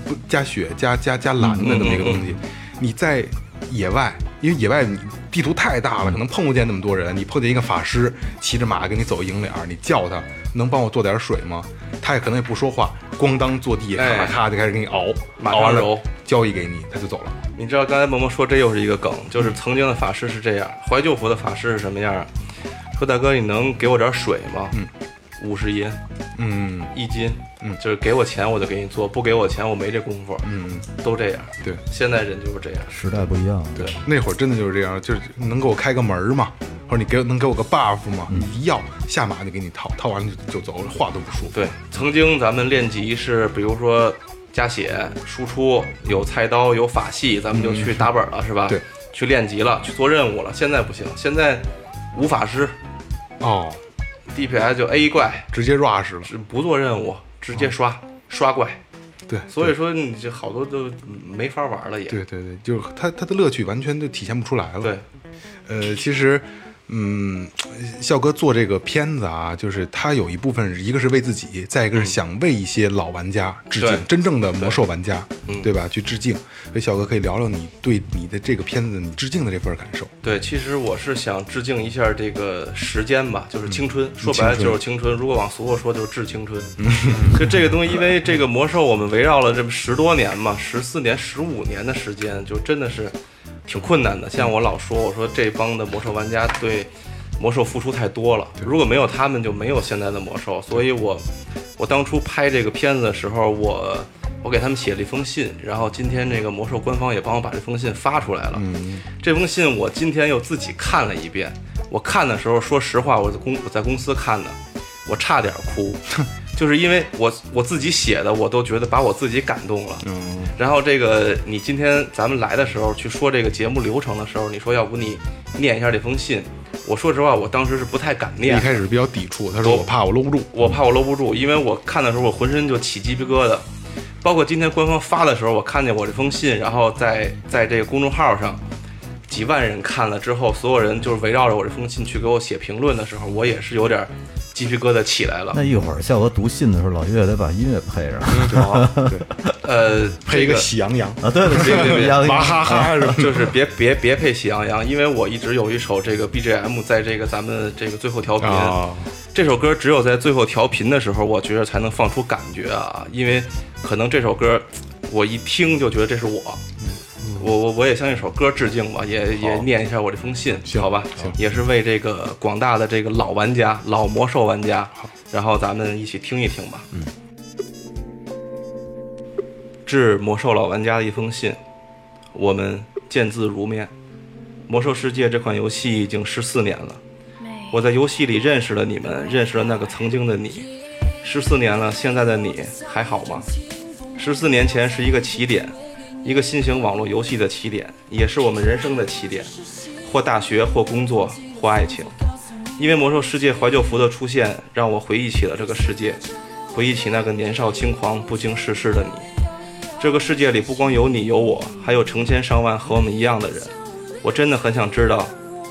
Speaker 2: 不加血、加加加蓝的那么一个东
Speaker 3: 嗯
Speaker 2: 西。你在野外，因为野外你地图太大了，
Speaker 3: 嗯
Speaker 2: 可能碰不见那么多人。你碰见一个法师骑着马跟你走迎脸儿，你叫他能帮我做点水吗？他也可能也不说话，咣当坐地，咔咔
Speaker 3: 哎
Speaker 2: 咔就开始给你熬，
Speaker 3: 马
Speaker 2: 熬
Speaker 3: 上
Speaker 2: 完了
Speaker 3: 揉
Speaker 2: 交易给你，他就走了。
Speaker 3: 你知道刚才萌萌说这又是一个梗，就是曾经的法师是这样，怀旧服的法师是什么样啊？说大哥，你能给我点水吗？嗯，五十银，
Speaker 2: 嗯，
Speaker 3: 一斤，嗯，就是给我钱我就给你做，不给我钱我没这功夫，
Speaker 2: 嗯，
Speaker 3: 都这样。
Speaker 2: 对。
Speaker 3: 现在人就是这样，
Speaker 1: 时代不一样了，
Speaker 2: 对，那会儿真的就是这样，就是能给我开个门儿嘛，或者你给我能给我个 buff 吗？一要下马就给你套，套完了就就走了，话都不说。
Speaker 3: 对，曾经咱们练级是，比如说加血、输出，有菜刀、有法系，咱们就去打本了，是
Speaker 2: 嗯
Speaker 3: 吧？
Speaker 2: 对，
Speaker 3: 去练级了，去做任务了。现在不行，现在无法师
Speaker 2: 哦，
Speaker 3: DPS 就 A 怪，
Speaker 2: 直接 rush 了。
Speaker 3: 只不做任务，直接刷、刷怪。
Speaker 2: 嗯对，
Speaker 3: 所以说你这好多都没法玩了也。
Speaker 2: 对对对，就是他他的乐趣完全就体现不出来了。
Speaker 3: 对，
Speaker 2: 呃，其实，嗯，笑哥做这个片子啊，就是他有一部分，一个是为自己，再一个是想为一些老玩家致敬，
Speaker 3: 对
Speaker 2: 真正的魔兽玩家，
Speaker 3: 嗯
Speaker 2: 对吧？去致敬。所以笑哥可以聊聊你对你的这个片子你致敬的这份感受。
Speaker 3: 对，其实我是想致敬一下这个时间吧，就是青春，说白了就是嗯青春。嗯如果往俗了说，就是致青春。 就这个东西，因为这个魔兽，我们围绕了这么十多年嘛，十四年、十五年的时间，就真的是挺困难的。像我老说，我说这帮的魔兽玩家对魔兽付出太多了，如果没有他们，就没有现在的魔兽。所以我我当初拍这个片子的时候，我我给他们写了一封信，然后今天这个魔兽官方也帮我把这封信发出来了。这封信我今天又自己看了一遍。我看的时候，说实话，我在公我在公司看的，我差点哭， 就是因为我我自己写的，我都觉得把我自己感动了。嗯。然后这个你今天咱们来的时候去说这个节目流程的时候，你说要不你念一下这封信，我说实话，我当时是不太敢念
Speaker 2: 一。开始比较抵触，他说我怕我搂不住，
Speaker 3: 我怕我搂不住，因为我看的时候我浑身就起鸡皮疙瘩。包括今天官方发的时候，我看见我这封信，然后在在这个公众号上，几万人看了之后，所有人就是围绕着我这封信去给我写评论的时候，我也是有点鸡皮疙瘩起来了
Speaker 1: 那。一会儿笑哥读信的时候，老岳得把音乐配上
Speaker 3: 呃，
Speaker 2: 配一个
Speaker 3: 这
Speaker 2: 喜羊羊，
Speaker 1: 啊，对对
Speaker 3: 对对对
Speaker 1: 要
Speaker 2: 娃哈哈是吧？
Speaker 3: 就是别别别配喜羊羊，因为我一直有一首这个 BGM 在这个咱们这个最后调频，
Speaker 2: 啊，
Speaker 3: 这首歌只有在最后调频的时候，我觉得才能放出感觉啊，因为可能这首歌我一听就觉得这是我。我我我也向一首歌致敬吧，也也念一下我这封信，好吧？也是为这个广大的这个老玩家、老魔兽玩家，然后咱们一起听一听吧。嗯。致魔兽老玩家的一封信，我们见字如面。魔兽世界这款游戏已经十四年了，我在游戏里认识了你们，认识了那个曾经的你。十四年了，现在的你还好吗？十四年前是一个起点，一个新型网络游戏的起点，也是我们人生的起点，或大学，或工作，或爱情。因为魔兽世界怀旧服的出现，让我回忆起了这个世界，回忆起那个年少轻狂、不经世事的你。这个世界里不光有你有我，还有成千上万和我们一样的人。我真的很想知道，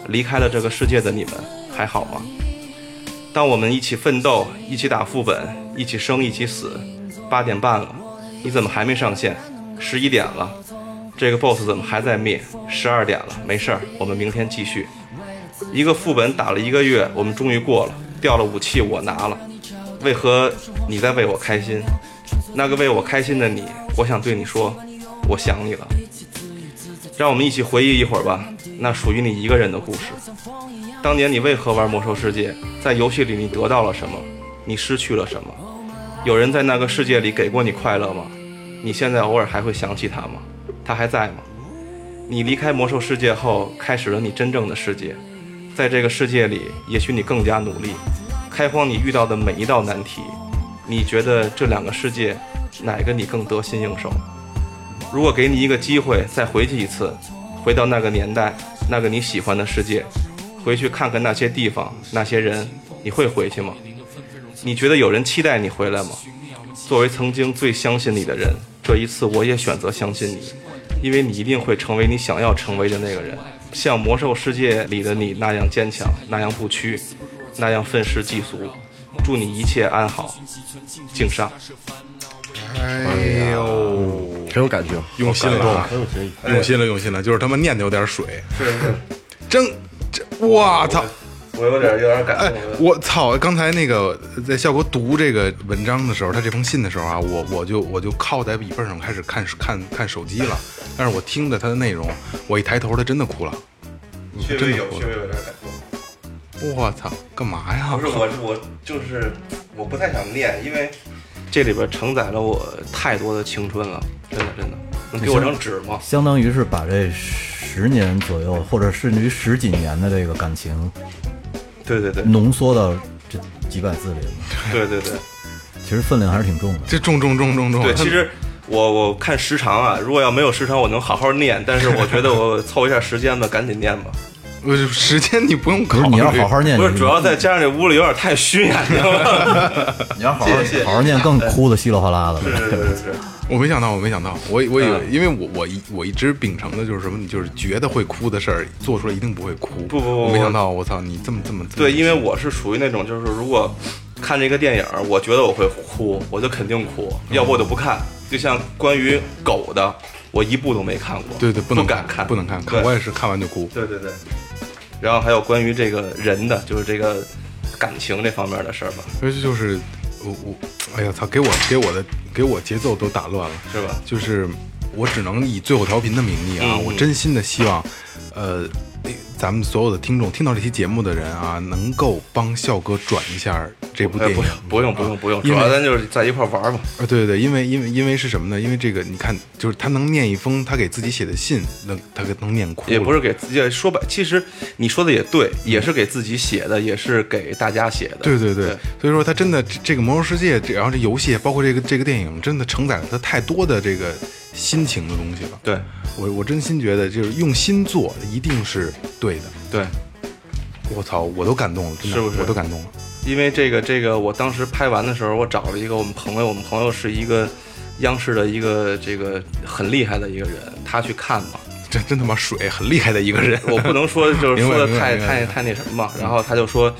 Speaker 3: 离开了这个世界的你们还好吗？当我们一起奋斗，一起打副本，一起生，一起死。八点半了，你怎么还没上线？十一点了，这个 boss 怎么还在灭？十二点了，没事儿，我们明天继续。一个副本打了一个月，我们终于过了，掉了武器我拿了。为何你在为我开心？那个为我开心的你，我想对你说，我想你了。让我们一起回忆一会儿吧，那属于你一个人的故事。当年你为何玩魔兽世界？在游戏里你得到了什么？你失去了什么？有人在那个世界里给过你快乐吗？你现在偶尔还会想起他吗？他还在吗？你离开魔兽世界后，开始了你真正的世界。在这个世界里，也许你更加努力，开荒你遇到的每一道难题。你觉得这两个世界，哪个你更得心应手？如果给你一个机会，再回去一次，回到那个年代，那个你喜欢的世界，回去看看那些地方、那些人，你会回去吗？你觉得有人期待你回来吗？作为曾经最相信你的人，这一次我也选择相信你，因为你一定会成为你想要成为的那个人，像魔兽世界里的你那样坚强，那样不屈，那样愤世嫉俗。祝你一切安好，敬上。
Speaker 2: 哎呦，
Speaker 4: 很有感情。
Speaker 2: 用心了啊，用心了，用心了，就是他妈念的有点水，
Speaker 3: 是是，
Speaker 2: 真这，我操！
Speaker 3: 我有点有点感
Speaker 2: 哎，我操！刚才那个在效果读这个文章的时候，他这封信的时候啊，我我就我就靠在椅背上开始看看看手机了。但是我听着他的内容，我一抬头，他真的哭了，
Speaker 3: 确
Speaker 2: 真
Speaker 3: 实
Speaker 2: 的
Speaker 3: 有，
Speaker 2: 哭
Speaker 3: 确实有点感动。
Speaker 2: 了。我操，干嘛呀
Speaker 3: 不？是，我是我就是我不太想念，因为这里边承载了我太多的青春了，真的真的。能给我张纸吗？
Speaker 1: 相当于是把这十年左右，或者甚至于十几年的这个感情
Speaker 3: 对对对
Speaker 1: 浓缩到这几百字里了，
Speaker 3: 对对对
Speaker 1: 其实分量还是挺重的。
Speaker 2: 这重重重重重！
Speaker 3: 对，其实。我我看时长啊，如果要没有时长，我能好好念。但是我觉得我凑一下时间吧，赶紧念吧。
Speaker 2: 不是时间你不用考
Speaker 1: 不
Speaker 2: 虑，
Speaker 1: 是你要好好念，
Speaker 3: 不是，
Speaker 1: 你
Speaker 3: 主要再加上这屋里有点太熏眼睛了。
Speaker 1: 你要好好
Speaker 3: 谢谢哎
Speaker 1: 好好念，更哭的稀里哗啦的了。
Speaker 3: 是是是，
Speaker 2: 我没想到，我没想到，我我以为，
Speaker 1: 嗯
Speaker 2: 因为我我一我一直秉承的就是什么，你就是觉得会哭的事儿，做出来一定不会哭。
Speaker 3: 不不不
Speaker 2: 我没
Speaker 3: 我
Speaker 2: 想到，我操，你这么这么这么
Speaker 3: 对，因为我是属于那种，就是如果看这个电影儿，我觉得我会哭，我就肯定哭，要不我就不看。就像关于狗的，我一部都没看过，
Speaker 2: 对对，
Speaker 3: 不
Speaker 2: 能
Speaker 3: 敢
Speaker 2: 看，
Speaker 3: 看，
Speaker 2: 不能看，
Speaker 3: 对
Speaker 2: 看我也是看完就哭。
Speaker 3: 对对对。然后还有关于这个人的，就是这个感情这方面的事儿吧，
Speaker 2: 所以就是我我，哎呀操，给我给我的给我节奏都打乱了，
Speaker 3: 是吧？
Speaker 2: 就是我只能以最后调频的名义啊，
Speaker 3: 嗯嗯
Speaker 2: 我真心的希望，呃，咱们所有的听众听到这期节目的人啊，能够帮笑哥转一下这部
Speaker 3: 哎，
Speaker 2: 电影啊
Speaker 3: 不。用不用不用不用，主
Speaker 2: 因为
Speaker 3: 要咱就是在一块儿玩儿嘛。
Speaker 2: 啊，对对对，因为因为因为是什么呢？因为这个，你看，就是他能念一封他给自己写的信，能他给能念哭了，
Speaker 3: 也不是给自己说白，其实你说的也对，也是给自己写的，也是给大家写的。
Speaker 2: 对对对
Speaker 3: 对，
Speaker 2: 所以说他真的这这个《魔兽世界》，这然后这游戏，包括这个这个电影，真的承载了他太多的这个心情的东西了。
Speaker 3: 对
Speaker 2: 我我真心觉得，就是用心做，一定是对的。
Speaker 3: 对，
Speaker 2: 我操，我都感动了，真的，
Speaker 3: 是不是
Speaker 2: 我都感动了。
Speaker 3: 因为这个这个，我当时拍完的时候，我找了一个我们朋友，我们朋友是一个央视的一个这个很厉害的一个人，他去看 嘛。
Speaker 2: 真真他妈水，很厉害的一个 人。
Speaker 3: 我不能说就是
Speaker 2: 明白
Speaker 3: 说的
Speaker 2: 明白
Speaker 3: 太
Speaker 2: 明白
Speaker 3: 太太那什么嘛，然后他就说。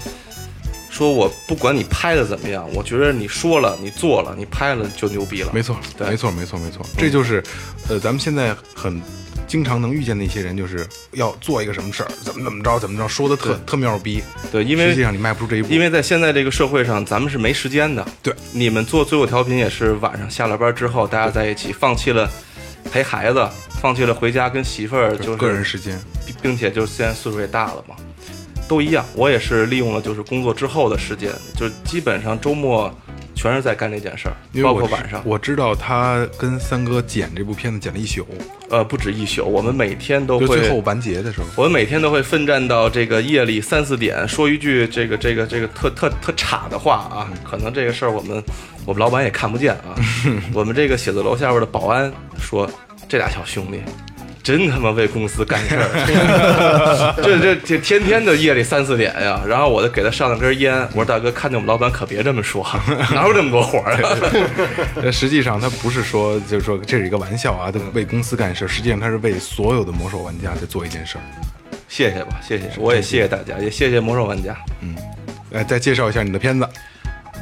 Speaker 3: 说我不管你拍的怎么样，我觉得你说了，你做了，你拍了就牛逼了。
Speaker 2: 没错，
Speaker 3: 对
Speaker 2: 没错，没错，没错，这就是，呃，咱们现在很经常能遇见的一些人，就是要做一个什么事儿，怎么怎么着，怎么着，说的特特妙逼，
Speaker 3: 对，因为
Speaker 2: 实际上你迈不出这一步，
Speaker 3: 因为在现在这个社会上，咱们是没时间的。
Speaker 2: 对，
Speaker 3: 你们做最后调频也是晚上下了班之后，大家在一起，放弃了陪孩子，放弃了回家跟媳妇儿，就是
Speaker 2: 个人时间，
Speaker 3: 并并且就是现在岁数也大了嘛，都一样。我也是利用了就是工作之后的时间，就是基本上周末全是在干这件事儿
Speaker 2: 因，为
Speaker 3: 包
Speaker 2: 我
Speaker 3: 括
Speaker 2: 知
Speaker 3: 晚上，
Speaker 2: 我知道他跟三哥剪这部片子剪了一宿，
Speaker 3: 呃，不止一宿，我们每天都
Speaker 2: 就最后
Speaker 3: 会。
Speaker 2: 完结 的时候，
Speaker 3: 我们每天都会奋战到这个夜里三四点，说一句这个这个这个特特特差的话啊，可能这个事儿我们我们老板也看不见啊。我们这个写字楼下边的保安说，这俩小兄弟真他妈为公司干事儿， 这这这天天的夜里三四点呀。然后我就给他上了根烟，我说大哥，看见我们老板可别这么说， 哪有这么多活儿啊？
Speaker 2: 呃，实际上他不是说就是说这是一个玩笑啊，他为公司干事，实际上他是为所有的魔兽玩家在做一件事儿。
Speaker 3: 谢谢吧，谢谢，我也谢谢大家，也谢谢魔兽玩家。
Speaker 2: 来，呃再介绍一下你的片子，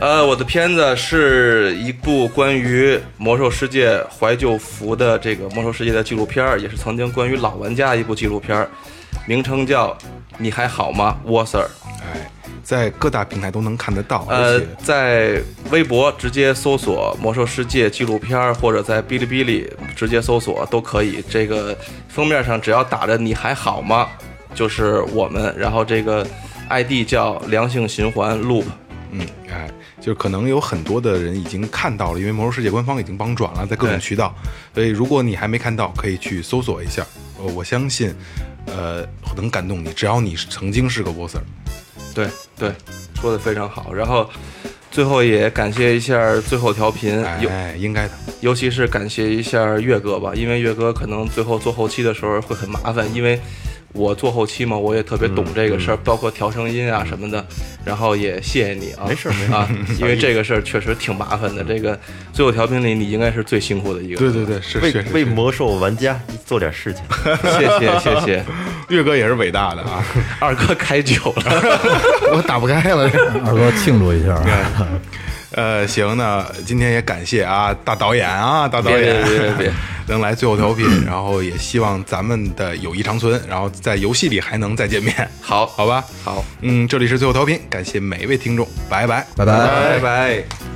Speaker 3: 呃，我的片子是一部关于魔兽世界怀旧服的这个魔兽世界的纪录片儿，也是曾经关于老玩家一部纪录片儿，名称叫《你还好吗，沃 Sir》。
Speaker 2: 哎，在各大平台都能看得到，而
Speaker 3: 呃
Speaker 2: 且，
Speaker 3: 在微博直接搜索“魔兽世界”纪录片儿，或者在哔哩哔哩直接搜索都可以。这个封面上只要打着“你还好吗”，就是我们，然后这个 ID 叫“良性循环 Loop”。
Speaker 2: 嗯，哎，就是可能有很多的人已经看到了，因为《魔兽世界》官方已经帮转了，在各种
Speaker 3: 对
Speaker 2: 渠道，所以如果你还没看到，可以去搜索一下。呃，我相信，呃，能感动你，只要你是曾经是个 b o s s e r
Speaker 3: 对对，说的非常好。然后最后也感谢一下最后调频，尤
Speaker 2: 哎，应该的，
Speaker 3: 尤其是感谢一下岳哥吧，因为岳哥可能最后做后期的时候会很麻烦，因为我做后期嘛，我也特别懂这个事儿，包括调声音啊什么的。然后也谢谢你啊，没事没事啊，因为这个事儿确实挺麻烦的。这个最后调频里，你应该是最辛苦的一个。
Speaker 2: 对对对，是
Speaker 7: 为
Speaker 2: 确实
Speaker 7: 为
Speaker 2: 是
Speaker 7: 魔兽玩家做点事情，
Speaker 3: 谢谢谢谢，
Speaker 2: 岳哥也是伟大的啊，
Speaker 3: 二哥开酒了，
Speaker 4: 我打不开了。
Speaker 1: 二哥庆祝一 下，
Speaker 2: 呃，行，那今天也感谢啊，大导演啊，大导演，
Speaker 3: 别别别别别
Speaker 2: 能来最后调频，然后也希望咱们的友谊长存，然后在游戏里还能再见面，
Speaker 3: 好
Speaker 2: 好吧？
Speaker 3: 好，
Speaker 2: 嗯，这里是最后调频，感谢每一位听众，拜拜。
Speaker 1: 拜拜。
Speaker 3: 拜拜。